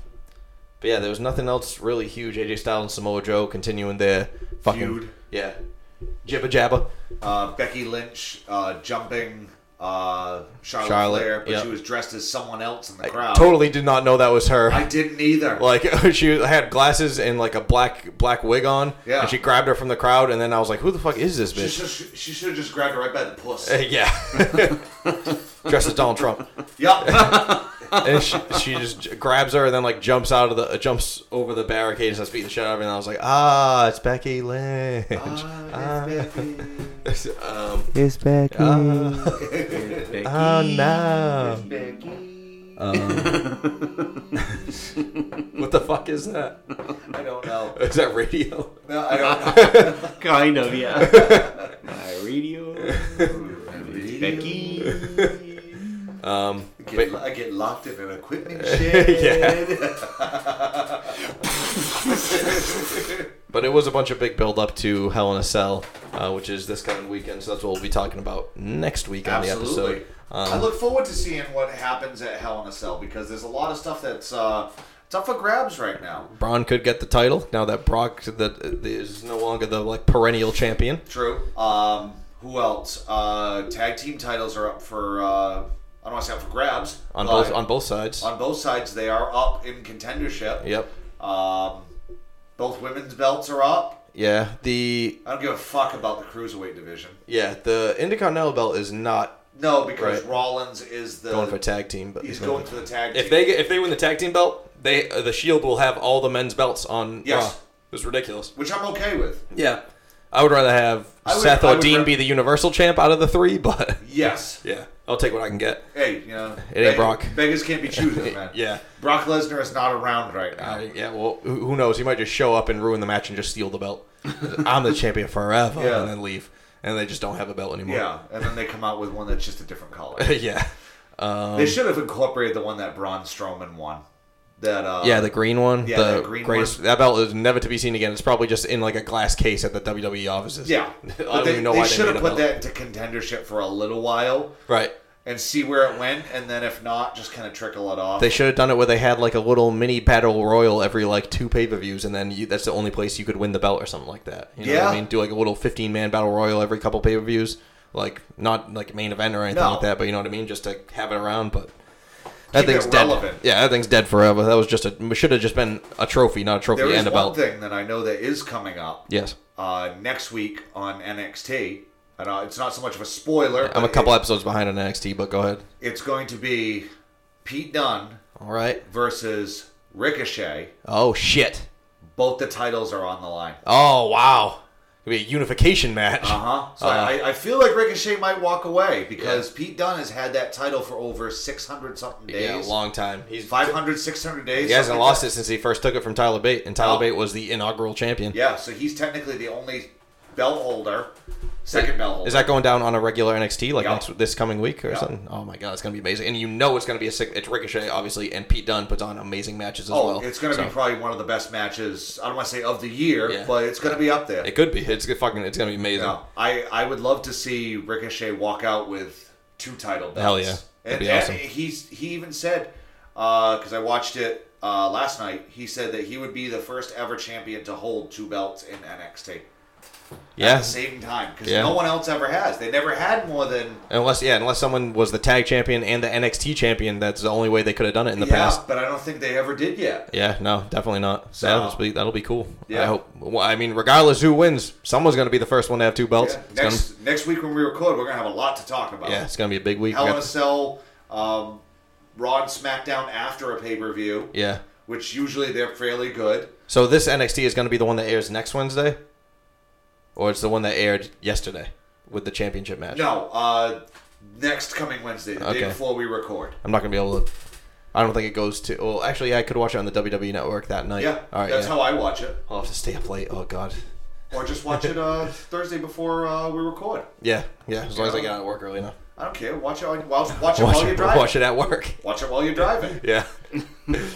but yeah, there was nothing else really huge. AJ Styles and Samoa Joe continuing their fucking Feud. yeah jibba jabba. uh, Becky Lynch uh, jumping uh, Charlotte, Charlotte, Flair, but yep. she was dressed as someone else in the crowd. Totally did not know that was her. I didn't either. like she had glasses and like a black black wig on, Yeah. and she grabbed her from the crowd, and then I was like, "Who the fuck is this she bitch?" should, she should have just grabbed her right by the puss. Uh, yeah. Dressed as Donald Trump. Yup. And she, she just j- grabs her and then, like, jumps out of the, uh, jumps over the barricade and starts beating the shit out of her. And I was like, ah, it's Becky Lynch. Ah, it's Becky. um, It's back. ah, ah, It's no. Um, Becky. What the fuck is that? I don't know. Is that radio? No, I don't know. kind of, yeah. My radio. Becky. Um, I but- get, I get locked in an equipment shed. But it was a bunch of big build up to Hell in a Cell, uh, which is this coming weekend. So that's what we'll be talking about next week on the Absolutely. episode. Um, I look forward to seeing what happens at Hell in a Cell because there's a lot of stuff that's uh, it's up for grabs right now. Braun could get the title now that Brock that is no longer the like perennial champion. True. Um, who else? Uh, tag team titles are up for. Uh, I don't want to say up for grabs. on but both on both sides. on both sides, they are up in contendership. yep. Um, both women's belts are up. Yeah. The I don't give a fuck about the cruiserweight division. yeah the Intercontinental belt is not No, because Right. Rollins is the going for tag team, but he's going for the tag. if team. they get, if they win the tag team belt, they uh, the Shield will have all the men's belts on. Yes. Raw. It was ridiculous. which I'm okay with. Yeah. I would rather have I would- Seth I or would Dean re- be the Universal champ out of the three, but Yes. yeah, I'll take what I can get. Hey, you know, It ain't beg- Brock. Beggars can't be choosers, man. Yeah. Brock Lesnar is not around right now. Uh, yeah, well, who who knows? He might just show up and ruin the match and just steal the belt. I'm the champion forever, Yeah. and then leave, and they just don't have a belt anymore. yeah, and then they come out with one that's just a different color. yeah, Um, they should have incorporated the one that Braun Strowman won. That uh, Yeah, the green one. Yeah, the that green greatest, one. That belt is never to be seen again. It's probably just in like a glass case at the WWE offices. yeah. I But don't they, even know they why they should have made put a belt. that into contendership for a little while Right. and see where it went, and then if not, just kind of trickle it off. They should have done it where they had like a little mini battle royal every like two pay per views, and then you, that's the only place you could win the belt or something like that. You know what Yeah. I mean? Do like a little fifteen man battle royal every couple pay per views, like not like main event or anything No. like that, but you know what I mean? Just to have it around, but. That Keep it thing's dead. relevant. Yeah, that thing's dead forever. That was just a should have just been a trophy, not a trophy there is and a one belt. thing that I know that is coming up Yes, uh, next week on NXT. I know uh, it's not so much of a spoiler. I'm a but couple it- episodes behind on NXT, but go ahead. it's going to be Pete Dunne All right. versus Ricochet. Oh shit. Both the titles are on the line. Oh wow. It'll be a unification match. Uh huh. So Uh-huh. I, I feel like Ricochet might walk away because Pete Dunne has had that title for over 600 something Yeah, days. long time. He's 500, 600 days. he hasn't something lost like it since he first took it from Tyler Bate, and Tyler Oh. Bate was the inaugural champion. that. Yeah, so he's technically the only belt holder, second belt holder. Is that going down on a regular NXT like Yeah. next this coming week or Yeah. something? Oh my god, it's gonna be amazing, and you know it's gonna be a sick. It's Ricochet obviously, and Pete Dunne puts on amazing matches as oh, well. it's going to be So, probably one of the best matches. I don't want to say of the year, Yeah. but it's going to be up there. It could be. It's gonna fucking. It's gonna be amazing. Yeah, I, I would love to see Ricochet walk out with two title belts. Hell yeah. That'd and, be and awesome. he's he even said because I watched it uh, last night. He said that he would be the first ever champion to hold two belts in NXT at Yeah. the same time because Yeah. no one else ever has. They never had more than Unless yeah, unless someone was the tag champion and the NXT champion, that's the only way they could have done it in the yeah, past. but I don't think they ever did yet. Yeah, no, definitely not. So No. that'll just be that'll be cool. Yeah. I hope. Well, I mean, regardless who wins, someone's gonna be the first one to have two belts. Yeah. It's Next next week when we record, we're gonna have a lot to talk about. gonna, yeah, it's gonna be a big week. We Hell in a got- Cell, um, Raw and SmackDown after a pay per view, yeah. which usually they're fairly good. So this NXT is gonna be the one that airs next Wednesday, or it's the one that aired yesterday with the championship match. No, uh, next coming Wednesday, the day Okay. before we record. I'm not gonna be able to. I don't think it goes to. Well, actually, I could watch it on the WWE Network that night. Yeah, All right. that's yeah. how I watch it. I'll have to stay up late. Oh God. Or just watch it uh, Thursday before uh, we record. Yeah. Yeah. As long as I get out of work early enough. I don't care. Watch it. On, watch, watch it Watch while you're it, driving. watch it at work. Watch it while you're driving. You Yeah. Um,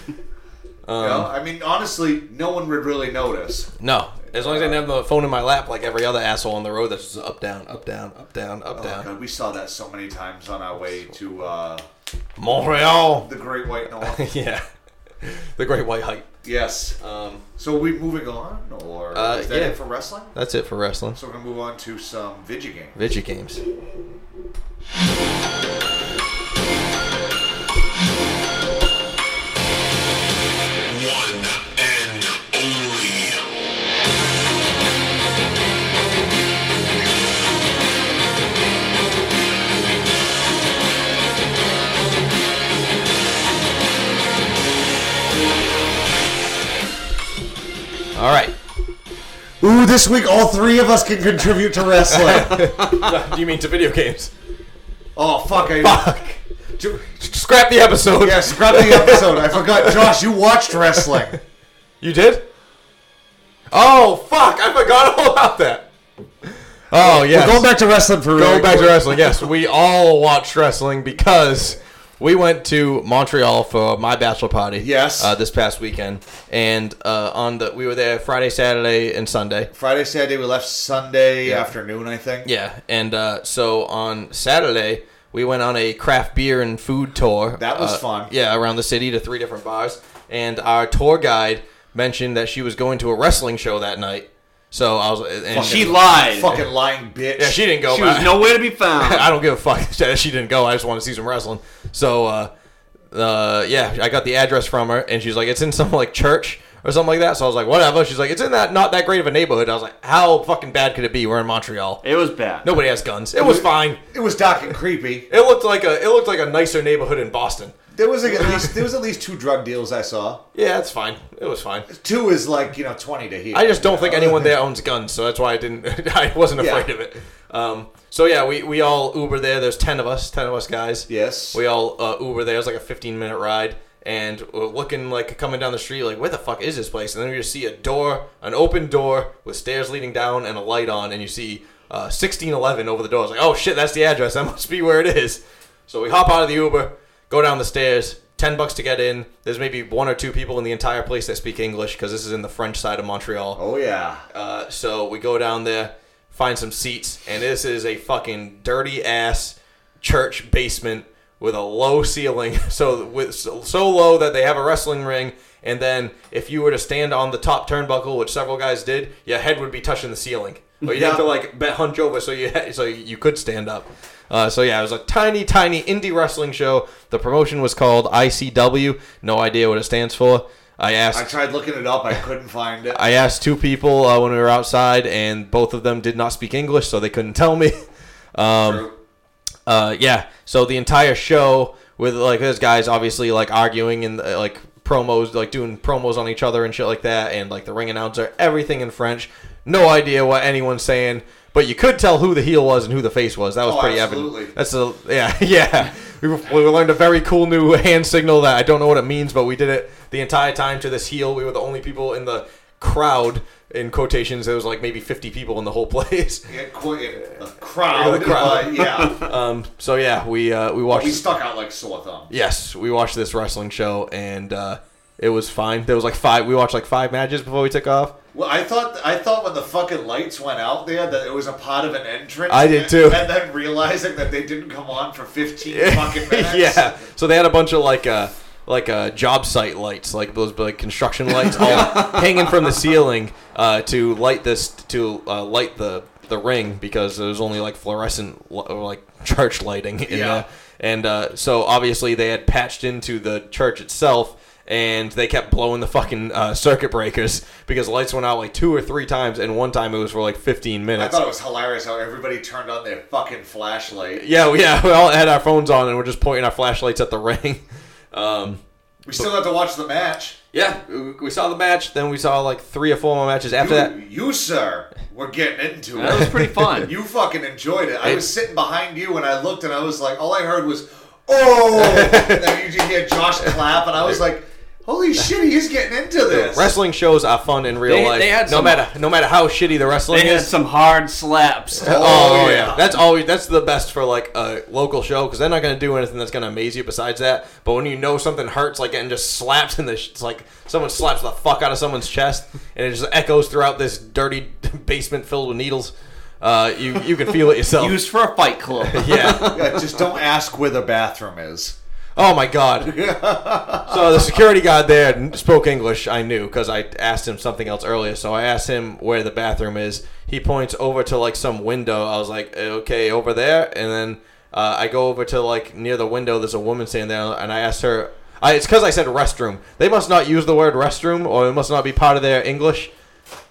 know? I mean, honestly, no one would really notice. No. As long as I didn't have the phone in my lap like every other asshole on the road that's just up, down, up, down, up, down, up, Oh, down. God, we saw that so many times on our way to uh, Montreal! the Great White North. yeah. The Great White Hype. yes. Um, So are we moving on, or Uh, is that yeah. it for wrestling? that's it for wrestling. So we're gonna move on to some video games. Vidya games. one and only. All right. Ooh, this week all three of us can contribute to wrestling. Do you mean to video games? oh fuck! I Ju- Scrap the episode. Yeah, scrap the episode. I forgot. Josh, you watched wrestling. You did? Oh, fuck. I forgot all about that. Oh, yeah. Going back to wrestling for Going back to wrestling, yes, we all watched wrestling because we went to Montreal for my bachelor party. Yes. uh, this past weekend, and uh, on the we were there Friday, Saturday, and Sunday. Friday, Saturday, we left Sunday afternoon, I think. Yeah, and uh, so on Saturday we went on a craft beer and food tour. That was uh, fun. Yeah, around the city to three different bars, and our tour guide mentioned that she was going to a wrestling show that night. So I was, and She lied. Fucking lying bitch. Yeah, she didn't go. She but was nowhere to be found. I don't give a fuck that she didn't go. I just want to see some wrestling. So, uh, uh, yeah, I got the address from her, and she's like, "It's in some like church or something like that." So I was like, "Whatever." She's like, "It's in that not that great of a neighborhood." I was like, "How fucking bad could it be? We're in Montreal. It was bad. Nobody has guns. It was fine. It was dark and creepy. It looked like a it looked like a nicer neighborhood in Boston. There was like at least there was at least two drug deals I saw. Yeah, it's fine. It was fine." Two is like you know twenty to here. I just don't think anyone there owns guns, so that's why I didn't. I wasn't Yeah. afraid of it. Um, so yeah, we, we all Uber there. There's ten of us, ten of us guys. Yes. we all uh, Uber there. It was like a 15 minute ride, and we're looking like coming down the street, like where the fuck is this place? And then we just see a door, an open door with stairs leading down and a light on, and you see uh, 1611 over the door. I was like, oh shit, that's the address. That must be where it is. So we hop out of the Uber, go down the stairs. 10 bucks to get in. There's maybe one or two people in the entire place that speak English because this is in the French side of Montreal. Oh yeah. Uh, so we go down there, find some seats, and this is a fucking dirty ass church basement with a low ceiling, so with so, so low that they have a wrestling ring. And then if you were to stand on the top turnbuckle, which several guys did, your head would be touching the ceiling. Or you'd have to Yeah. like bet hunch over so you so you could stand up. Uh, so yeah, it was a tiny, tiny indie wrestling show. The promotion was called ICW. No idea what it stands for. I asked. I tried looking it up. I couldn't find it. I asked two people uh, when we were outside, and both of them did not speak English, so they couldn't tell me. True. Uh, yeah, so the entire show with like those guys obviously like arguing and uh, like promos, like doing promos on each other and shit like that, and like the ring announcer, everything in French. No idea what anyone's saying, but you could tell who the heel was and who the face was. That was Oh, pretty absolutely. evident. That's a yeah, yeah. We, we learned a very cool new hand signal that I don't know what it means, but we did it the entire time to this heel. We were the only people in the crowd in quotations. There was like maybe 50 people in the whole place. Yeah, quite a crowd. The crowd. uh, yeah. Um, so yeah, we uh, we watched. we stuck out like sore thumb. yes, we watched this wrestling show and uh, it was fine. There was like five. We watched like five matches before we took off. Well, I thought I thought when the fucking lights went out there that it was a part of an entrance. I did and- too. And then realizing that they didn't come on for fifteen fucking minutes. yeah. So they had a bunch of like uh like uh job site lights, like those like construction lights, all hanging from the ceiling uh, to light this to uh, light the the ring because there was only like fluorescent li- or like church lighting. In Yeah. there. And uh, so obviously they had patched into the church itself. And they kept blowing the fucking uh, circuit breakers because the lights went out like two or three times, and one time it was for like 15 I minutes. thought it was hilarious how everybody turned on their fucking flashlight. yeah, we- yeah, we all had our phones on and we're just pointing our flashlights at the ring. Um, We still have to watch the match. Yeah, we- we saw the match. Then we saw like three or four more matches after that. You, you, sir, were getting into That was it. pretty fun. You fucking enjoyed it. I It- was sitting behind you and I looked and I was like, all I heard was, oh! and then you just hear Josh clap and I was like, holy shit, he is getting into this. Wrestling shows are fun in real They- life. they had no some- matter no matter how shitty the wrestling they had is. some hard slaps. Oh, Oh, yeah. yeah. that's always that's the best for like a local show because they're not going to do anything that's going to amaze you besides that. But when you know something hurts, like getting just slapped in the, sh- it's like someone slaps the fuck out of someone's chest, and it just echoes throughout this dirty basement filled with needles. Uh, you you can feel it yourself. Used for a fight club. yeah. Yeah, just don't ask where the bathroom is. Oh my god! so the security guard there spoke English. I knew because I asked him something else earlier. So I asked him where the bathroom is. He points over to like some window. I was like, "Eh, okay, over there. And then uh, I go over to like near the window. There's a woman standing there, and I asked her. I, it's because I said restroom. They must not use the word restroom, or it must not be part of their English.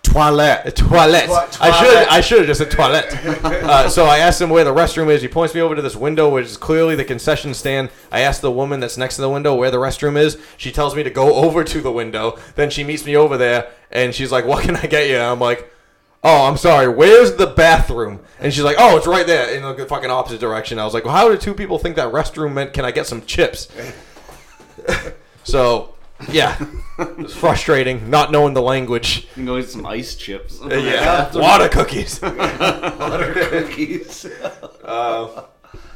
Toilet. Toilet. Toi- I should. toilet. I should have just said toilet. uh, so I asked him where the restroom is. He points me over to this window, which is clearly the concession stand. I asked the woman that's next to the window where the restroom is. She tells me to go over to the window. Then she meets me over there, and she's like, "What can I get you?" And I'm like, "Oh, I'm sorry. Where's the bathroom?" And she's like, "Oh, it's right there in the fucking opposite direction." I was like, well, "How did two people think that restroom meant? Can I get some chips?" so, yeah, it's frustrating not knowing the language. You can go get some ice chips. Yeah, water cookies. Butter cookies.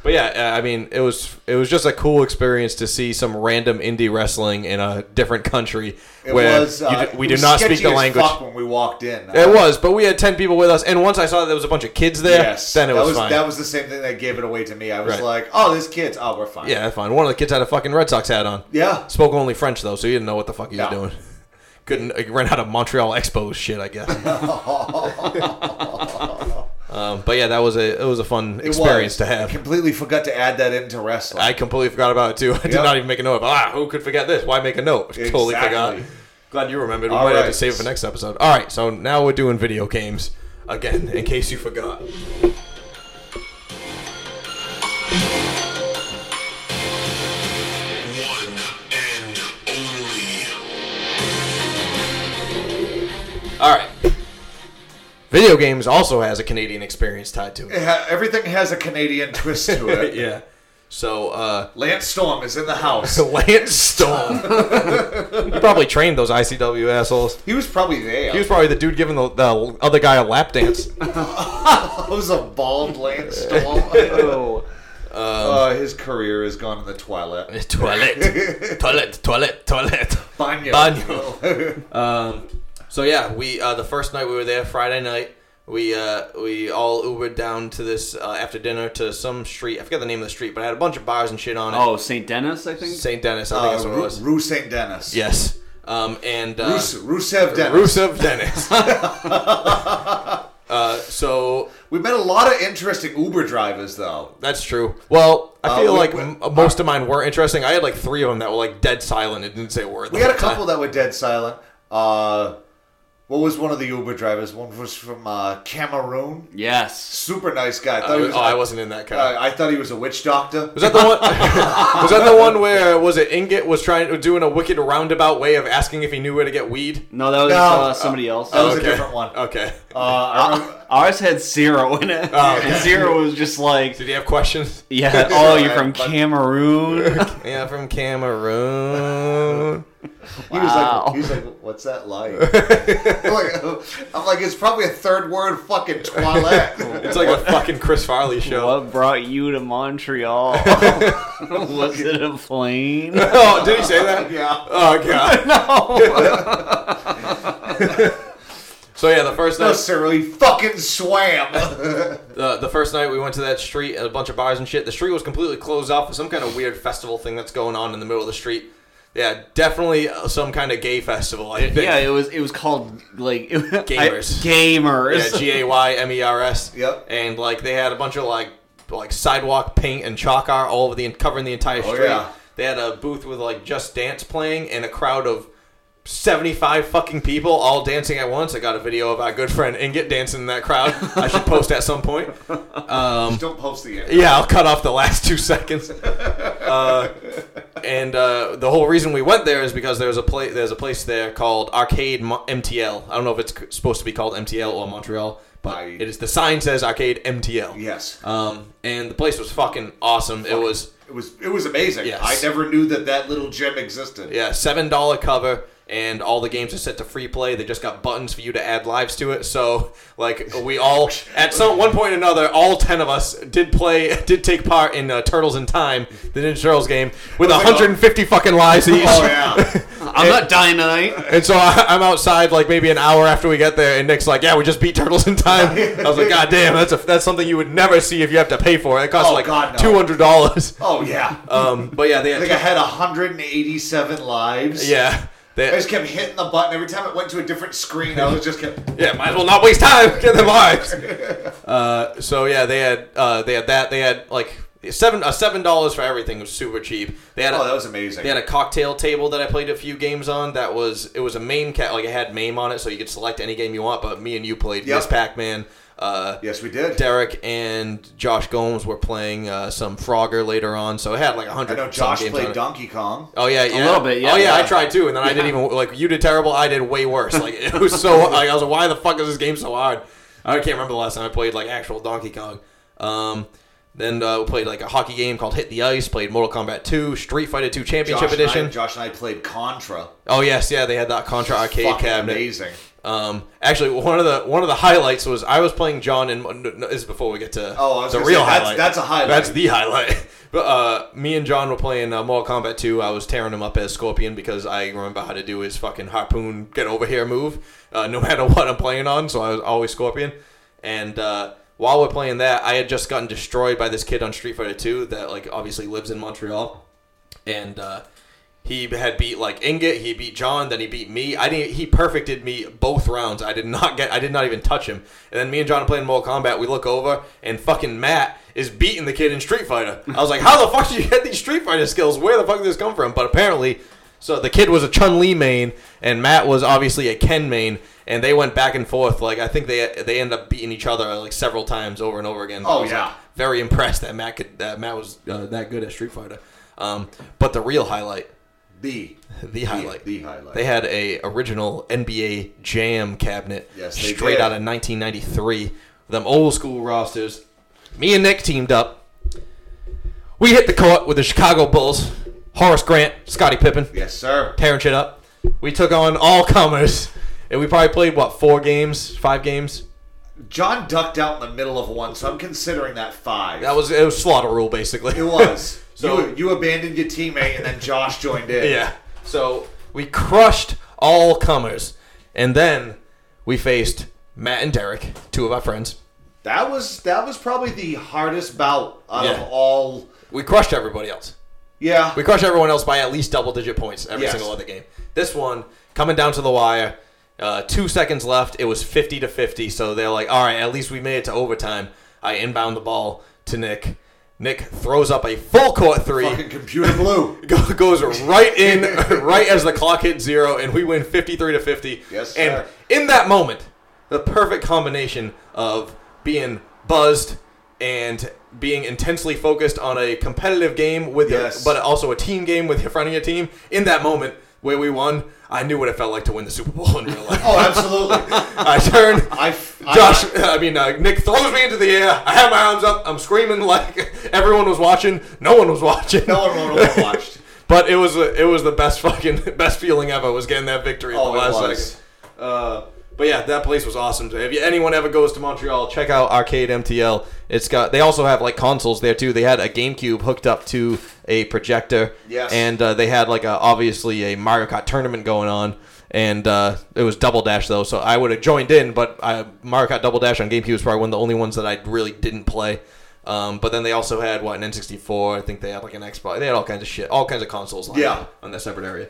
But yeah, uh, I mean, it was it was just a cool experience to see some random indie wrestling in a different country It where was, uh, you d- we it do was not speak sketchy the as language. fuck when we walked in. It was, but we had ten people with us, and once I saw that there was a bunch of kids there, Yes, then it that was, fine. That was the same thing that gave it away to me. I was Right. like, "Oh, there's kids. Oh, we're fine." yeah, fine. One of the kids had a fucking Red Sox hat on. yeah. Spoke only French though, so he didn't know what the fuck he was No. doing. Couldn't uh, ran out of Montreal Expo shit, I guess. um, but yeah, that was a it was a fun It was. experience to I have. completely forgot to add that into wrestling. I completely forgot about it too. I did Yep. not even make a note. Of, ah, who could forget this? Why make a note? Totally forgot. Exactly. Glad you remembered. We All might have to right. save it for next episode. All right, so now we're doing video games again, in case you forgot. One and only. All right. Video games also has a Canadian experience tied to It it. ha- everything has a Canadian twist to it. yeah. So, uh, Lance Storm is in the house. Lance Storm. you probably trained those ICW assholes. He was probably there. He was probably the dude giving the, the other guy a lap dance. That was a bald Lance Storm. Um, uh, his career has gone in the toilet. toilet, toilet, toilet, toilet. Banyo. Banyo. Um, So yeah, we uh, the first night we were there Friday night. We uh, we all Ubered down to this uh, after dinner to some street. I forget the name of the street, but it had a bunch of bars and shit on it. Oh, St. Dennis, I think? St. Dennis, I think uh, that's what it Ru- was. Rue St. Dennis. yes. Um, and uh, Rus- Rusev Dennis. Rusev Dennis. uh, so We met a lot of interesting Uber drivers, though. that's true. Well, I Uh, feel we- like we- m- most of mine were interesting. I had like three of them that were like dead silent and didn't say a word. the We had a whole time. couple that were dead silent. Uh, what was one of the Uber drivers? One was from uh, Cameroon. Yes. Super nice guy. I thought I he was- was, oh, I wasn't in that car. uh, I thought he was a witch doctor. Was that the one? was that the one where was it Ingot was trying doing a wicked roundabout way of asking if he knew where to get weed? No, that was No. Oh, uh, somebody else. That was Okay. a different one. Uh, Okay. I remember, Ours had zero in it. Oh, okay. And zero was just like, Did you have questions? yeah, oh, you're from But- Cameroon. Yeah, from Cameroon. He was Wow. like, he was like, what's that like? I'm like, "Oh." I'm like, it's probably a third word fucking toilet. It's like a fucking Chris Farley show. What brought you to Montreal? was it a plane? Oh, did he say that? yeah. Oh god. No. So yeah, the first No, night, sir, we fucking swam. Uh, the, the first night we went to that street and a bunch of bars and shit. The street was completely closed off for some kind of weird festival thing that's going on in the middle of the street. Yeah, definitely uh, some kind of gay festival. I think. yeah, it was. It was called like it, I- Gamers. gamers. Yeah, G A Y M E R S. Yep. And like they had a bunch of like like sidewalk paint and chalk art all over the covering the entire Oh, street. yeah. They had a booth with like Just Dance playing and a crowd of seventy five fucking people all dancing at once. I got a video of our good friend Inget dancing in that crowd. I should post at some point. Don't post the end. Yeah, I'll cut off the last two seconds. Uh, and uh, the whole reason we went there is because there's a place there's a place there called Arcade Mo- MTL. I don't know if it's c- supposed to be called MTL or Montreal, but I- it is. The sign says Arcade MTL. Yes. Um, and the place was fucking awesome. It was It was it was amazing. Yes. I never knew that that little gem existed. yeah seven dollar cover. And all the games are set to free play. They just got buttons for you to add lives to it. So, like, we all at some one point or another, all ten of us did play, did take part in uh, Turtles in Time, the Ninja Turtles game, with like, 150 fucking lives each. Oh yeah. I'm not dying tonight. And so I, I'm outside, like maybe an hour after we get there, and Nick's like, "Yeah, we just beat Turtles in Time." I was like, "God damn, that's a, that's something you would never see if you have to pay for it. It costs Oh, like God, no. two hundred dollars." Oh yeah. Um, but yeah, they had I think I had 187 lives. Yeah. I They, just kept hitting the button every time it went to a different screen. I was just kept. yeah, might as well not waste time. Get them lives. Uh, so yeah, they had uh, they had that. They had like seven uh, seven dollars for everything was super cheap. They had a, Oh, that was amazing. they had a cocktail table that I played a few games on. That was it was a main cat like it had MAME on it, so you could select any game you want. But me and you played Yep. Miss Pac Man. Uh, yes, we did. Derek and Josh Gomes were playing uh, some Frogger later on, so it had like a I hundred. know some Josh games on played it. Donkey Kong. Oh yeah, yeah. little bit, yeah, Oh yeah, I yeah. tried too, and then I didn't even like you did terrible. I did way worse. Like it was so. Like, I was like, why the fuck is this game so hard? I can't remember the last time I played like actual Donkey Kong. Um, then uh, we played like a hockey game called Hit the Ice. Played Mortal Kombat 2, Street Fighter 2 Josh Championship and I- Edition. Josh and I played Contra. Oh yes, yeah, they had that Contra arcade Fucking cabinet. amazing. Um, actually, one of the one of the highlights was I was playing John and no, no, this is before we get to Oh, I was the gonna real say, that's- highlight. that's a highlight. That's the highlight. But uh, me and John were playing uh, Mortal Kombat 2. I was tearing him up as Scorpion because I remember how to do his fucking harpoon get over here move, uh, no matter what I'm playing on. So I was always Scorpion. And uh, while we're playing that, I had just gotten destroyed by this kid on Street Fighter 2 that like obviously lives in Montreal and uh, he had beat like Ingot, he beat John, then he beat me. I didn't. He perfected me both rounds. I did not get. I did not even touch him. And then me and John are playing Mortal Kombat. We look over and fucking Matt is beating the kid in Street Fighter. I was like, how the fuck did you get these Street Fighter skills? Where the fuck did this come from? But apparently. So the kid was a Chun Li main, and Matt was obviously a Ken main, and they went back and forth. Like I think they they ended up beating each other like several times over and over again. Oh, I was, like, yeah. very impressed that Matt could that Matt was uh, that good at Street Fighter. Um, but the real highlight, The the highlight, the highlight. They had a original NBA Jam cabinet, Yes, they straight did. out of 1993. Them old school rosters. Me and Nick teamed up. We hit the court with the Chicago Bulls. Horace Grant, Scottie Pippen yes, sir. tearing shit up. We took on all comers, and we probably played what four games, five games. John ducked out in the middle of one, so I'm considering that five. That was it was slaughter rule basically. It was. So- you, you abandoned your teammate, and then Josh joined in. yeah. So we crushed all comers, and then we faced Matt and Derek, two of our friends. That was that was probably the hardest bout out Yeah. of all. We crushed everybody else. Yeah. We crushed everyone else by at least double digit points every Yes. single other game. This one coming down to the wire. Uh, two seconds left. It was fifty to fifty. So they're like, "All right, at least we made it to overtime." I inbound the ball to Nick. Nick throws up a full court three. Fucking computer blue. go- goes right in, right as the clock hits zero, and we win fifty-three to fifty. Yes, sir. And in that moment, the perfect combination of being buzzed and being intensely focused on a competitive game with, your- Yes. but also a team game with your friend and your team. In that moment, where we won, I knew what it felt like to win the Super Bowl in real life. Oh, absolutely. I turned. I, I- Josh, I mean, uh, Nick throws me into the air. I have my arms up. I'm screaming like everyone was watching. No one was watching. no one would have watched. But it was it was the best fucking best feeling ever was getting that victory at Oh, the it last was. second. Uh, but yeah, that place was awesome. If you, anyone ever goes to Montreal, check out Arcade MTL. It's got they also have like consoles there too. They had a GameCube hooked up to a projector. Yes. And uh, they had like a, obviously a Mario Kart tournament going on. And uh, it was Double Dash though, so I would have joined in. But I, Mario Kart Double Dash on GameCube was probably one of the only ones that I really didn't play. Um, but then they also had what an N64. I think they had like an Xbox. They had all kinds of shit, all kinds of consoles. lined Yeah. up on that separate area.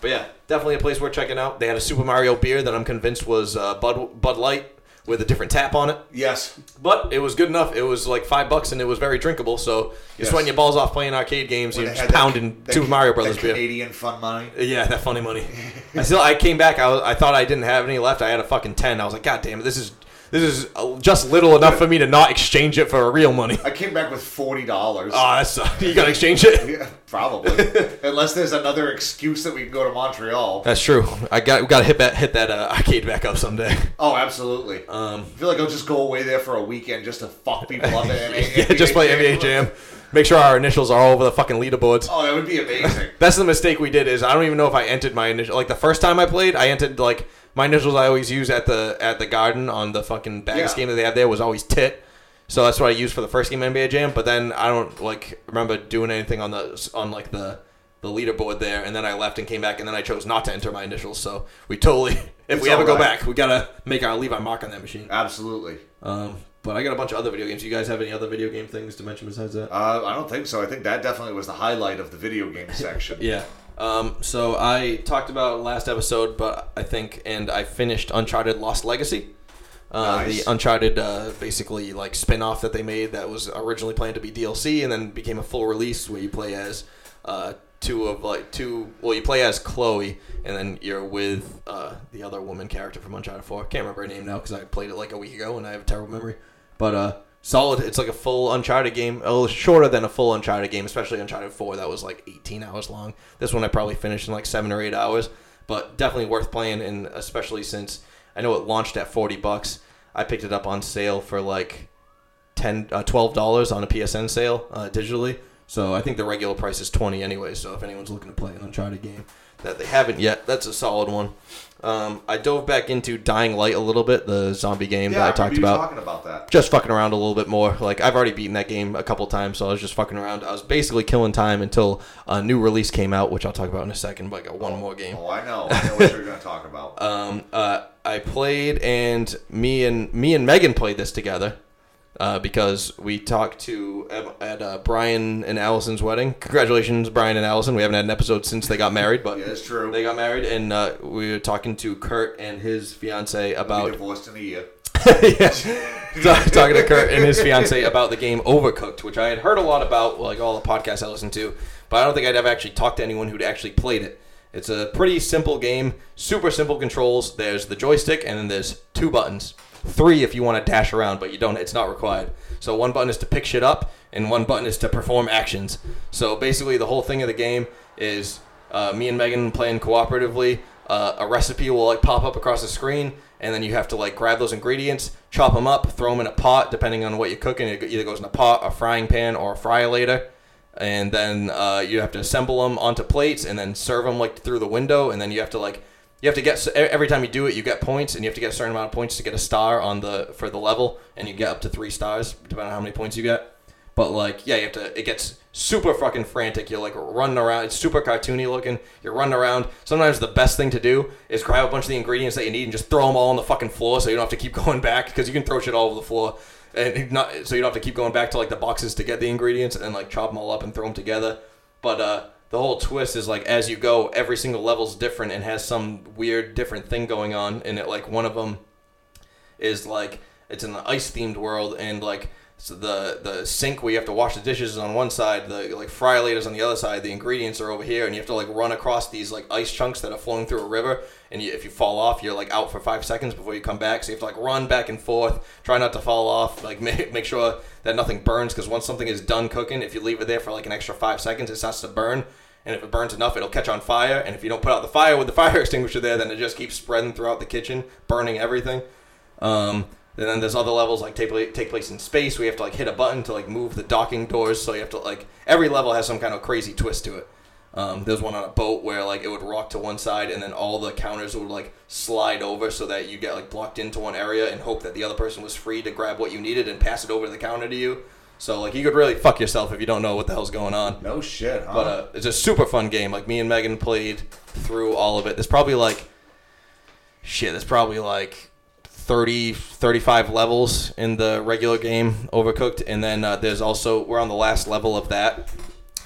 But yeah, definitely a place worth checking out. They had a Super Mario beer that I'm convinced was uh, Bud Bud Light with a different tap on it, Yes. but it was good enough. It was like five bucks and it was very drinkable. So you're Yes. sweating your balls off playing arcade games. When You're they just had that- pounding that- Super Mario that Brothers beer. Canadian fun money. Yeah, that funny money. I still I came back. I, was, I thought I didn't have any left. I had a fucking ten. I was like, God damn it, this is this is uh, just little enough for me to not exchange it for real money. I came back with forty dollars. Oh, that sucked. You gotta exchange it. Yeah, probably. Unless there's another excuse that we can go to Montreal. That's true. I got we gotta hit that hit that uh, arcade back up someday. Oh, absolutely. Um, I feel like I'll just go away there for a weekend just to fuck people up. At NBA, yeah, just play NBA Jam. Make sure our initials are all over the fucking leaderboards. Oh, that would be amazing. That's the mistake we did. Is I don't even know if I entered my initial. Like the first time I played, I entered like my initials. I always use at the at the Garden on the fucking baggage Yeah. game that they had there was always tit. So that's what I used for the first game of NBA Jam. But then I don't like remember doing anything on the on like the the leaderboard there. And then I left and came back. And then I chose not to enter my initials. So we totally. If It's we ever all go right. back, we gotta make our Levi mark on that machine. Absolutely. Um, but I got a bunch of other video games. You guys have any other video game things to mention besides that? Uh, I don't think so. I think that definitely was the highlight of the video game section. Yeah. Um, so I talked about last episode, but I think, and I finished Uncharted Lost Legacy. Uh, Nice. The Uncharted, uh, basically like spin-off that they made that was originally planned to be DLC and then became a full release where you play as uh, two of like two. Well, you play as Chloe and then you're with uh, the other woman character from Uncharted Four. Can't remember her name now because I played it like a week ago and I have a terrible memory. But uh, solid. It's like a full Uncharted game. A little shorter than a full Uncharted game, especially Uncharted Four that was like 18 hours long. This one I probably finished in like seven or eight hours, but definitely worth playing. And especially since I know it launched at 40 bucks, I picked it up on sale for like 10 uh, 12 dollars on a PSN sale uh, digitally. So I think the regular price is 20 anyway. So if anyone's looking to play an Uncharted game that they haven't yet, that's a solid one. Um, I dove back into Dying Light a little bit, the zombie game Yeah, that I, I, remember talked you about talking about that. just fucking around a little bit more. Like I've already beaten that game a couple times, so I was just fucking around. I was basically killing time until a new release came out, which I'll talk about in a second. But I got one more game. Oh, I know. I know what you're going to talk about. Um, uh, I played, and me and me and Megan played this together uh, because we talked to at, at uh, Brian and Allison's wedding. Congratulations, Brian and Allison. We haven't had an episode since they got married, but Yeah, it's true. They got married, and uh, we were talking to Kurt and his fiance we about divorced in a year. yeah. T- talking to Kurt and his fiance about the game Overcooked, which I had heard a lot about, like all the podcasts I listened to, but I don't think I'd ever actually talked to anyone who'd actually played it. It's a pretty simple game, super simple controls. There's the joystick, and then there's two buttons, three if you want to dash around, but you don't. It's not required. So one button is to pick shit up, and one button is to perform actions. So basically, the whole thing of the game is uh, me and Megan playing cooperatively. Uh, a recipe will like pop up across the screen, and then you have to like grab those ingredients, chop them up, throw them in a pot. Depending on what you're cooking, it either goes in a pot, a frying pan, or a fryolator. And then uh, you have to assemble them onto plates, and then serve them like through the window. And then you have to like you have to get e-, every time you do it, you get points, and you have to get a certain amount of points to get a star on the for the level, and you get up to three stars depending on how many points you get. But like, yeah, you have to. It gets super fucking frantic. You're like running around. It's super cartoony looking. You're running around. Sometimes the best thing to do is grab a bunch of the ingredients that you need and just throw them all on the fucking floor, so you don't have to keep going back because you can throw shit all over the floor, and not so you don't have to keep going back to like the boxes to get the ingredients and then like chop them all up and throw them together. But uh, the whole twist is like as you go, every single level's different and has some weird different thing going on. And it like one of them is like it's in the ice themed world and like so the the sink where you have to wash the dishes is on one side the like fry laters on the other side the ingredients are over here and you have to like run across these like ice chunks that are flowing through a river and you, if you fall off you're like out for five seconds before you come back so you have to like run back and forth try not to fall off like make, make sure that nothing burns because once something is done cooking if you leave it there for like an extra five seconds it starts to burn and if it burns enough, it'll catch on fire. And if you don't put out the fire with the fire extinguisher there, then it just keeps spreading throughout the kitchen, burning everything. Um, and then there's other levels like take pla- take place in space. We have to like hit a button to like move the docking doors. So you have to like every level has some kind of crazy twist to it. Um, there's one on a boat where like it would rock to one side and then all the counters would like slide over so that you get like blocked into one area and hope that the other person was free to grab what you needed and pass it over to the counter to you. So like you could really fuck yourself if you don't know what the hell's going on. No shit, huh? But uh, it's a super fun game. Like me and Megan played through all of it. There's probably like shit. There's probably like 30, 35 levels in the regular game, Overcooked, and then uh, there's also we're on the last level of that.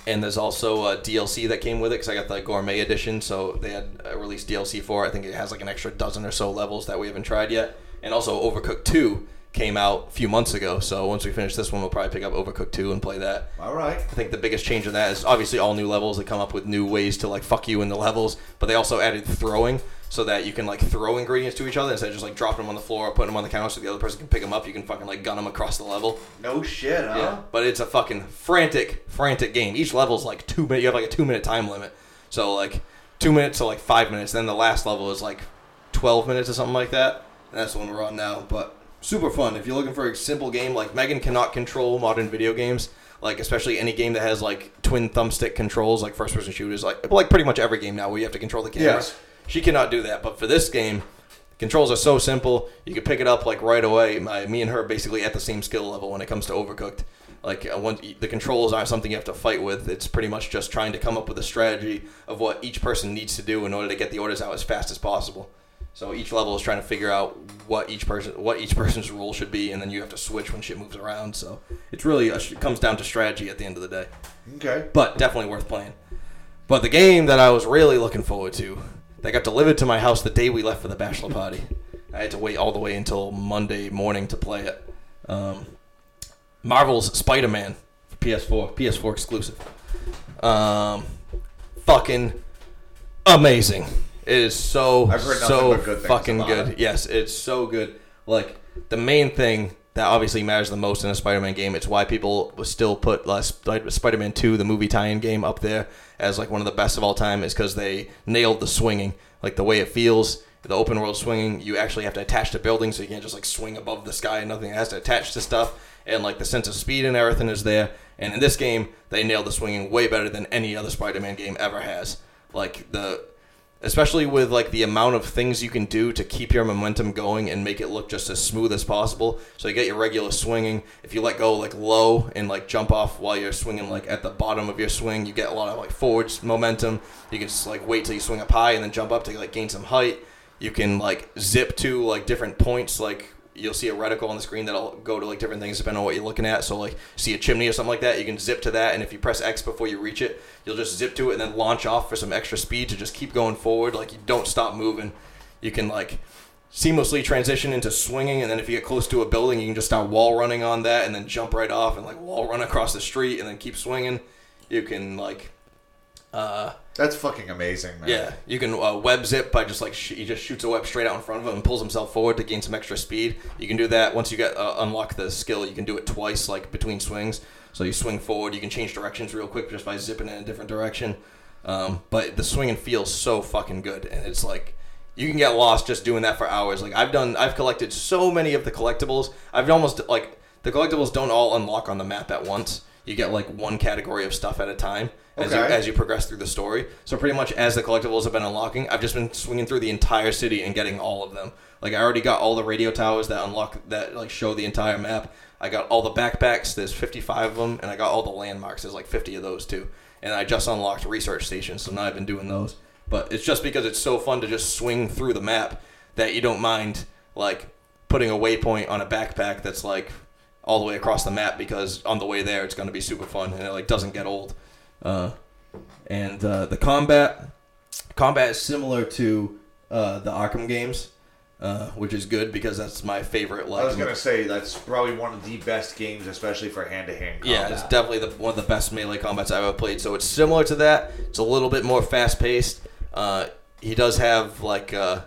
And there's also uh, a DLC that came with it because I got the gourmet edition, so they had uh, released DLC for. it. I think it has like an extra dozen or so levels that we haven't tried yet. And also Overcooked Two came out a few months ago, so once we finish this one, we'll probably pick up Overcooked Two and play that. All right. I think the biggest change in that is obviously all new levels. They come up with new ways to like fuck you in the levels, but they also added throwing so that you can like throw ingredients to each other instead of just like dropping them on the floor or putting them on the counter so the other person can pick them up. You can fucking like gun them across the level. No shit, huh? Yeah, but it's a fucking frantic, frantic game. Each level's like two minute. You have like a two minute time limit, so like two minutes to like five minutes. Then the last level is like twelve minutes or something like that. And that's the one we're on now. But super fun if you're looking for a simple game. Like Megan cannot control modern video games. Like especially any game that has like twin thumbstick controls, like first person shooters, like like pretty much every game now where you have to control the camera. Yes. She cannot do that. But for this game, controls are so simple. You can pick it up like right away. My, me and her are basically at the same skill level when it comes to Overcooked. Like uh, one, the controls aren't something you have to fight with. It's pretty much just trying to come up with a strategy of what each person needs to do in order to get the orders out as fast as possible. So each level is trying to figure out what each person, what each person's role should be, and then you have to switch when shit moves around. So it's really a, it comes down to strategy at the end of the day Okay. but definitely worth playing. But the game that I was really looking forward to, that got delivered to my house the day we left for the bachelor party. I had to wait all the way until Monday morning to play it. Um, Marvel's Spider-Man for PS4, PS4 exclusive. Um, fucking amazing. It is so I've heard nothing so but good things fucking about good. it. Yes, it's so good. Like the main thing that obviously matters the most in a Spider-Man game, it's why people still put uh, Sp- Spider-Man Two, the movie tie-in game, up there as like one of the best of all time, is because they nailed the swinging, like the way it feels. The open world swinging, you actually have to attach to buildings, so you can't just like swing above the sky and nothing. It has to attach to stuff, and like the sense of speed and everything is there. And in this game, they nailed the swinging way better than any other Spider-Man game ever has. Like the especially with like the amount of things you can do to keep your momentum going and make it look just as smooth as possible so you get your regular swinging if you let go like low and like jump off while you're swinging like at the bottom of your swing you get a lot of like forwards momentum you can just like wait till you swing up high and then jump up to like gain some height you can like zip to like different points like you'll see a reticle on the screen that'll go to like different things depending on what you're looking at. So like see a chimney or something like that, you can zip to that, and if you press X before you reach it, you'll just zip to it and then launch off for some extra speed to just keep going forward. Like you don't stop moving. You can like seamlessly transition into swinging, and then if you get close to a building, you can just start wall running on that, and then jump right off and like wall run across the street, and then keep swinging. You can like That's fucking amazing, man. yeah, you can uh, web zip by just like sh- he just shoots a web straight out in front of him and pulls himself forward to gain some extra speed. You can do that once you get uh, unlock the skill. You can do it twice, like between swings. So you swing forward, you can change directions real quick just by zipping in a different direction. Um, but the swinging feels so fucking good, and it's like you can get lost just doing that for hours. Like I've done, I've collected so many of the collectibles. I've almost like the collectibles don't all unlock on the map at once. You get like one category of stuff at a time as, you, Okay. as you progress through the story. So pretty much as the collectibles have been unlocking, I've just been swinging through the entire city and getting all of them. Like I already got all the radio towers that unlock that like show the entire map. I got all the backpacks. There's 55 of them, and I got all the landmarks. There's like 50 of those too. And I just unlocked research stations, so now I've been doing those. But it's just because it's so fun to just swing through the map that you don't mind like putting a waypoint on a backpack that's like all the way across the map because on the way there it's going to be super fun and it like doesn't get old. Uh, and uh, the combat combat is similar to uh, the Arkham games, uh, which is good because that's my favorite. Like I was gonna say that's probably one of the best games, especially for hand-to-hand combat. yeah, it's definitely the, one of the best melee combats I've ever played. So it's similar to that. It's a little bit more fast paced. Uh, he does have like uh,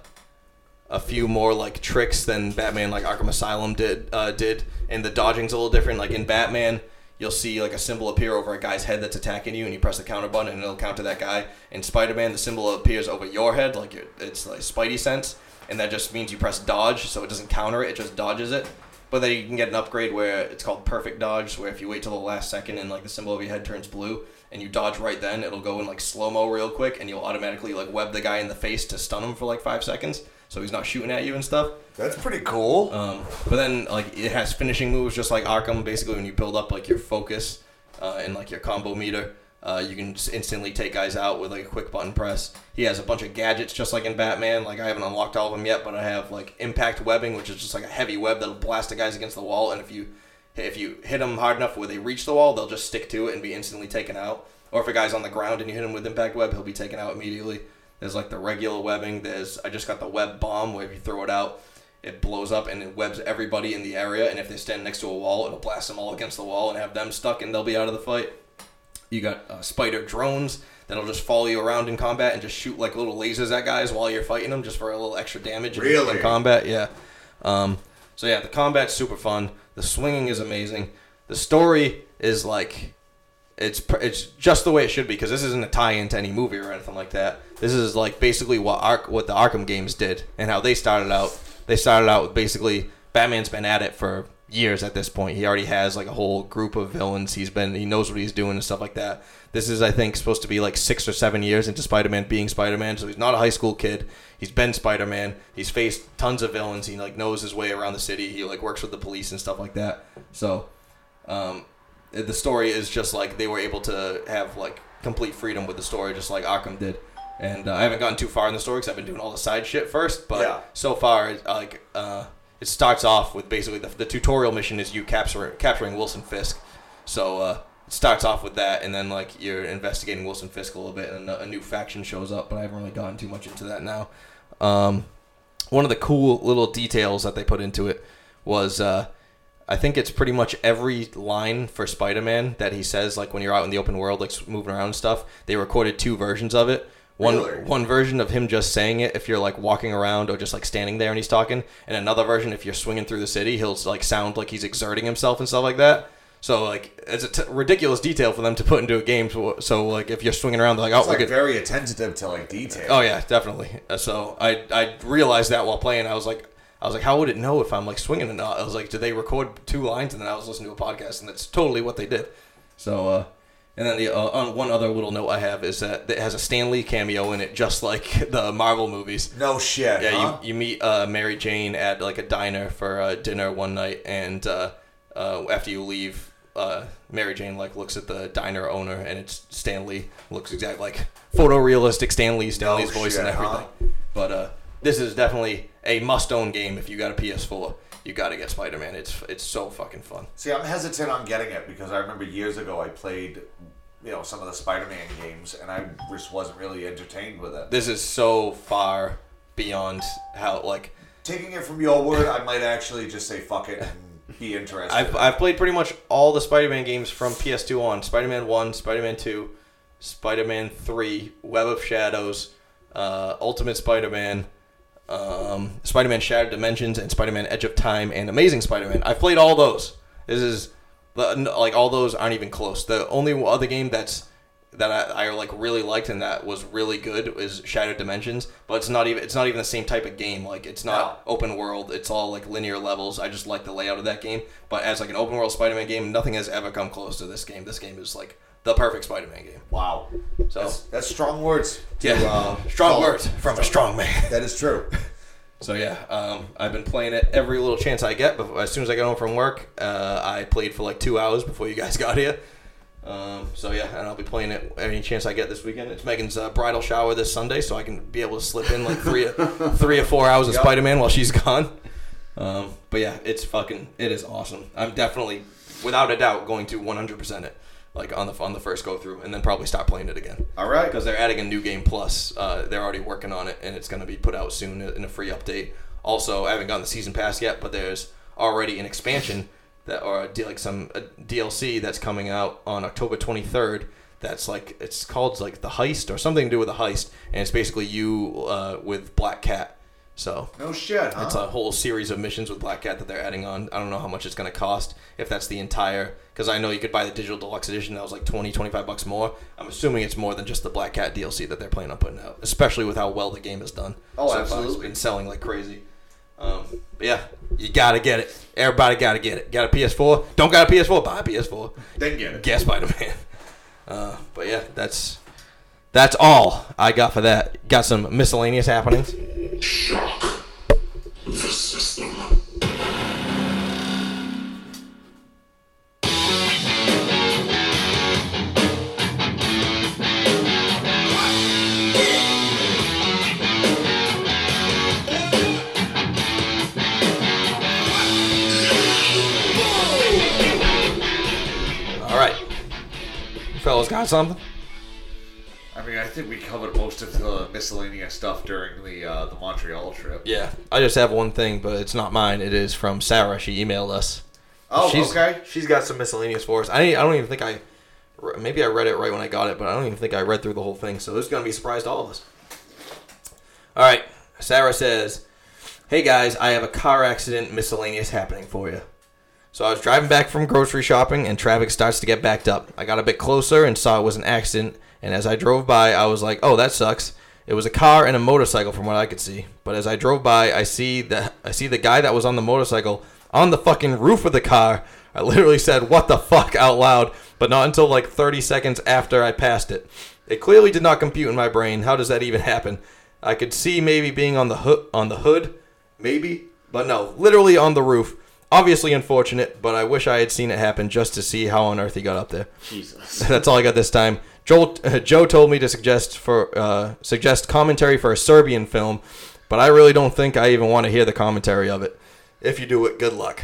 a few more like tricks than Batman, like Arkham Asylum did. Uh, did and the dodging's a little different. Like in Batman, you'll see like a symbol appear over a guy's head that's attacking you, and you press the counter button, and it'll counter that guy. In Spider-Man, the symbol appears over your head, like your, it's like Spidey sense, and that just means you press dodge, so it doesn't counter it; it just dodges it. But then you can get an upgrade where it's called perfect dodge, where if you wait till the last second and like the symbol of your head turns blue and you dodge right then, it'll go in like slow mo real quick, and you'll automatically like web the guy in the face to stun him for like five seconds, so he's not shooting at you and stuff. That's pretty cool. Um, but then like it has finishing moves just like Arkham. Basically, when you build up like your focus uh, and like your combo meter, uh, you can just instantly take guys out with like a quick button press. He has a bunch of gadgets just like in Batman. Like I haven't unlocked all of them yet, but I have like impact webbing, which is just like a heavy web that'll blast the guys against the wall. And if you if you hit them hard enough where they reach the wall, they'll just stick to it and be instantly taken out. Or if a guy's on the ground and you hit him with impact web, he'll be taken out immediately. There's like the regular webbing. There's I just got the web bomb where if you throw it out, it blows up and it webs everybody in the area. And if they stand next to a wall, it'll blast them all against the wall and have them stuck, and they'll be out of the fight. You got uh, spider drones that'll just follow you around in combat and just shoot like little lasers at guys while you're fighting them, just for a little extra damage. in- Really? in combat, yeah. Um, so yeah, the combat's super fun. The swinging is amazing. The story is like it's pr- it's just the way it should be because this isn't a tie-in to any movie or anything like that. This is like basically what Ark what the Arkham games did and how they started out. They started out with basically Batman's been at it for years at this point. He already has like a whole group of villains. He's been he knows what he's doing and stuff like that. This is I think supposed to be like 6 or 7 years into Spider-Man being Spider-Man, so he's not a high school kid. He's been Spider-Man. He's faced tons of villains. He like knows his way around the city. He like works with the police and stuff like that. So um, the story is just like they were able to have like complete freedom with the story, just like Arkham did. And uh, I haven't gotten too far in the story because I've been doing all the side shit first. But Yeah. so far, it, like uh, it starts off with basically the, the tutorial mission is you capturing capturing Wilson Fisk. So uh, it starts off with that, and then like you're investigating Wilson Fisk a little bit, and a, a new faction shows up. But I haven't really gotten too much into that now. Um, one of the cool little details that they put into it was uh, I think it's pretty much every line for Spider Man that he says, like when you're out in the open world, like s- moving around and stuff. They recorded two versions of it. One Really? one version of him just saying it if you're like walking around or just like standing there and he's talking, and another version if you're swinging through the city, he'll like sound like he's exerting himself and stuff like that. So like it's a t- ridiculous detail for them to put into a game. So, so like if you're swinging around, they're like oh It's look like at very attentive to like detail. Oh yeah, definitely. Uh, So I I realized that while playing, I was like, I was like, how would it know if I'm like swinging or not? I was like, did they record two lines? And then I was listening to a podcast, and that's totally what they did. So uh, and then the uh, uh, one other little note I have is that it has a Stan Lee cameo in it, just like the Marvel movies. No shit. Yeah, huh? you, you meet uh, Mary Jane at like a diner for uh, dinner one night, and uh, uh, after you leave, uh, Mary Jane like looks at the diner owner, and it's Stanley. Looks exact like photorealistic Stanley, Stanley's No voice and Oh, shit, huh? everything. But uh, this is definitely a must-own game if you got a PS4. You got to get Spider-Man. It's it's so fucking fun. See, I'm hesitant on getting it because I remember years ago I played, you know, some of the Spider-Man games, and I just wasn't really entertained with it. This is so far beyond how like Taking it from your word, I might actually just say fuck it and be interested. I've, I've played pretty much all the Spider-Man games from PS2 on. Spider-Man 1, Spider-Man 2, Spider-Man 3, Web of Shadows, uh, Ultimate Spider-Man, um, Spider-Man Shattered Dimensions, and Spider-Man Edge of Time, and Amazing Spider-Man. I've played all those. This is the- n- like all those aren't even close. The only other game that's that I, I like really liked and that was really good is Shattered Dimensions, but it's not even it's not even the same type of game. Like it's not No. open world. It's all like linear levels. I just like the layout of that game. But as like an open world Spider-Man game, nothing has ever come close to this game. This game is like the perfect Spider-Man game. wow, So that's, that's strong words. to, yeah, uh, strong call it. words from a strong man. That is true. So yeah, um, I've been playing it every little chance I get. Before, as soon as I get home from work, uh, I played for like two hours before you guys got here. Um, so yeah, and I'll be playing it any chance I get this weekend. It's Megan's uh, bridal shower this Sunday, so I can be able to slip in like three, three or four hours of Spider Man while she's gone. Um, but yeah, it's fucking, it is awesome. I'm definitely, without a doubt, going to 100% it, like on the on the first go through, and then probably stop playing it again All right. because they're adding a new game plus. Uh, they're already working on it, and it's going to be put out soon in a free update. Also, I haven't gotten the season pass yet, but there's already an expansion that or a, D- like some a DLC that's coming out on October 23rd. That's like it's called like the heist or something to do with the heist, and it's basically you uh, with Black Cat. So No shit, huh? it's a whole series of missions with Black Cat that they're adding on. I don't know how much it's going to cost if that's the entire. Because I know you could buy the digital deluxe edition that was like 20, 25 bucks more. I'm assuming it's more than just the Black Cat DLC that they're planning on putting out, especially with how well the game is done. Oh, far. It's absolutely. been selling like crazy. Um, but yeah, you gotta get it. Everybody gotta get it. Got a PS4? Don't got a PS4? Buy a PS4. Then get it. Guess Spider Man. Uh, but yeah, that's that's all I got for that. Got some miscellaneous happenings. Shock the system. All right, fellas, got something? I mean, I think we covered most of the miscellaneous stuff during the uh, the Montreal trip. Yeah, I just have one thing, but it's not mine. It is from Sarah. She emailed us. Oh, she's, okay. She's got some miscellaneous for us. I I don't even think I. Maybe I read it right when I got it, but I don't even think I read through the whole thing. So this is gonna be a surprise to all of us. All right, Sarah says, "Hey guys, I have a car accident miscellaneous happening for you." So I was driving back from grocery shopping and traffic starts to get backed up. I got a bit closer and saw it was an accident, and as I drove by, I was like, "Oh, that sucks." It was a car and a motorcycle from what I could see. But as I drove by, I see the I see the guy that was on the motorcycle on the fucking roof of the car. I literally said, "What the fuck?" out loud, but not until like 30 seconds after I passed it. It clearly did not compute in my brain. How does that even happen? I could see maybe being on the hood on the hood, maybe, but no, literally on the roof. Obviously unfortunate, but I wish I had seen it happen just to see how on earth he got up there. Jesus. That's all I got this time. Joel, Joe told me to suggest for uh, suggest commentary for a Serbian film, but I really don't think I even want to hear the commentary of it. If you do it, good luck.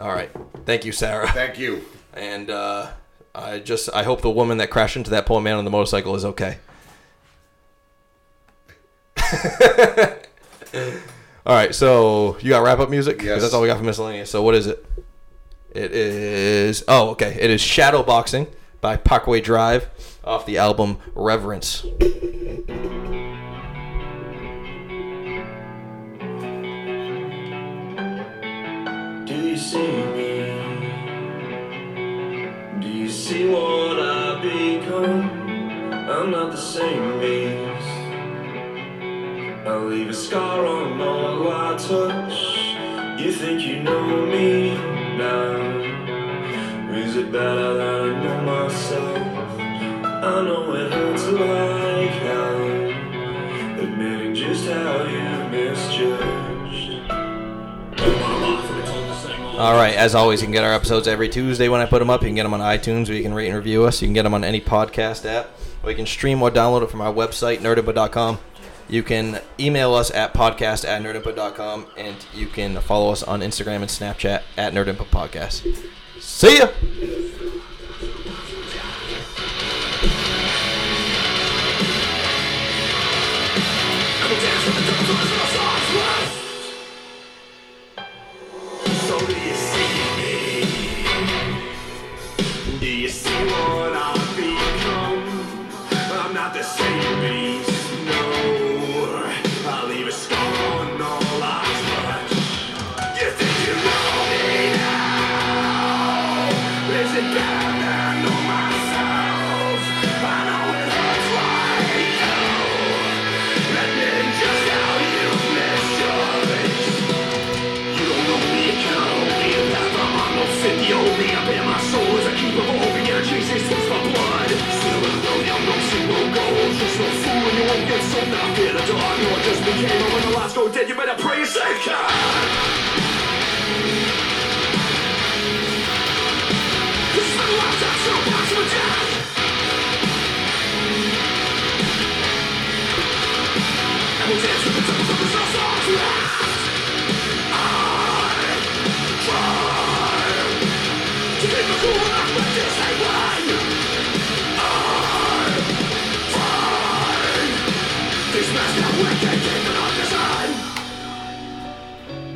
All right, thank you, Sarah. Thank you. And uh, I just I hope the woman that crashed into that poor man on the motorcycle is okay. all right, so you got wrap up music 'Cause Yes. that's all we got for miscellaneous. So what is it? It is oh okay. It is Shadow Boxing by Parkway Drive off the album Reverence. Do you see me? Do you see what I become? I'm not the same beast. I leave a scar on all I touch. You think you know me now? Is it better that I know myself? I know it hurts like hell. Admitting just how you misjudged. All right, as always, you can get our episodes every Tuesday when I put them up. You can get them on iTunes, where you can rate and review us. You can get them on any podcast app, or you can stream or download it from our website, nerdipa.com. You can email us at podcast at nerdipa.com, and you can follow us on Instagram and Snapchat at nerdipa podcast. See ya! So do you see me? Do you see what I've become? I'm not the same beast, no. I leave a scar on all I touch. You think you know me now? Is it better that I know myself? I know it hurts like hell. Admitting just how you've misjudged. You don't know me, you can't hold me In that realm, I'm no fit, the only I bear my soul as I keep evolving And Jesus was my blood Still in the road, I'm no single gold Just no fool and you won't get sold Now I fear the dark, no I just became And when the lights go dead, you better pray you save God You spend a lifetime so much for death And we'll dance with the devil, but there's no songs left To keep the cool rock, but this ain't mine. I'm fine. These masks that we can keep an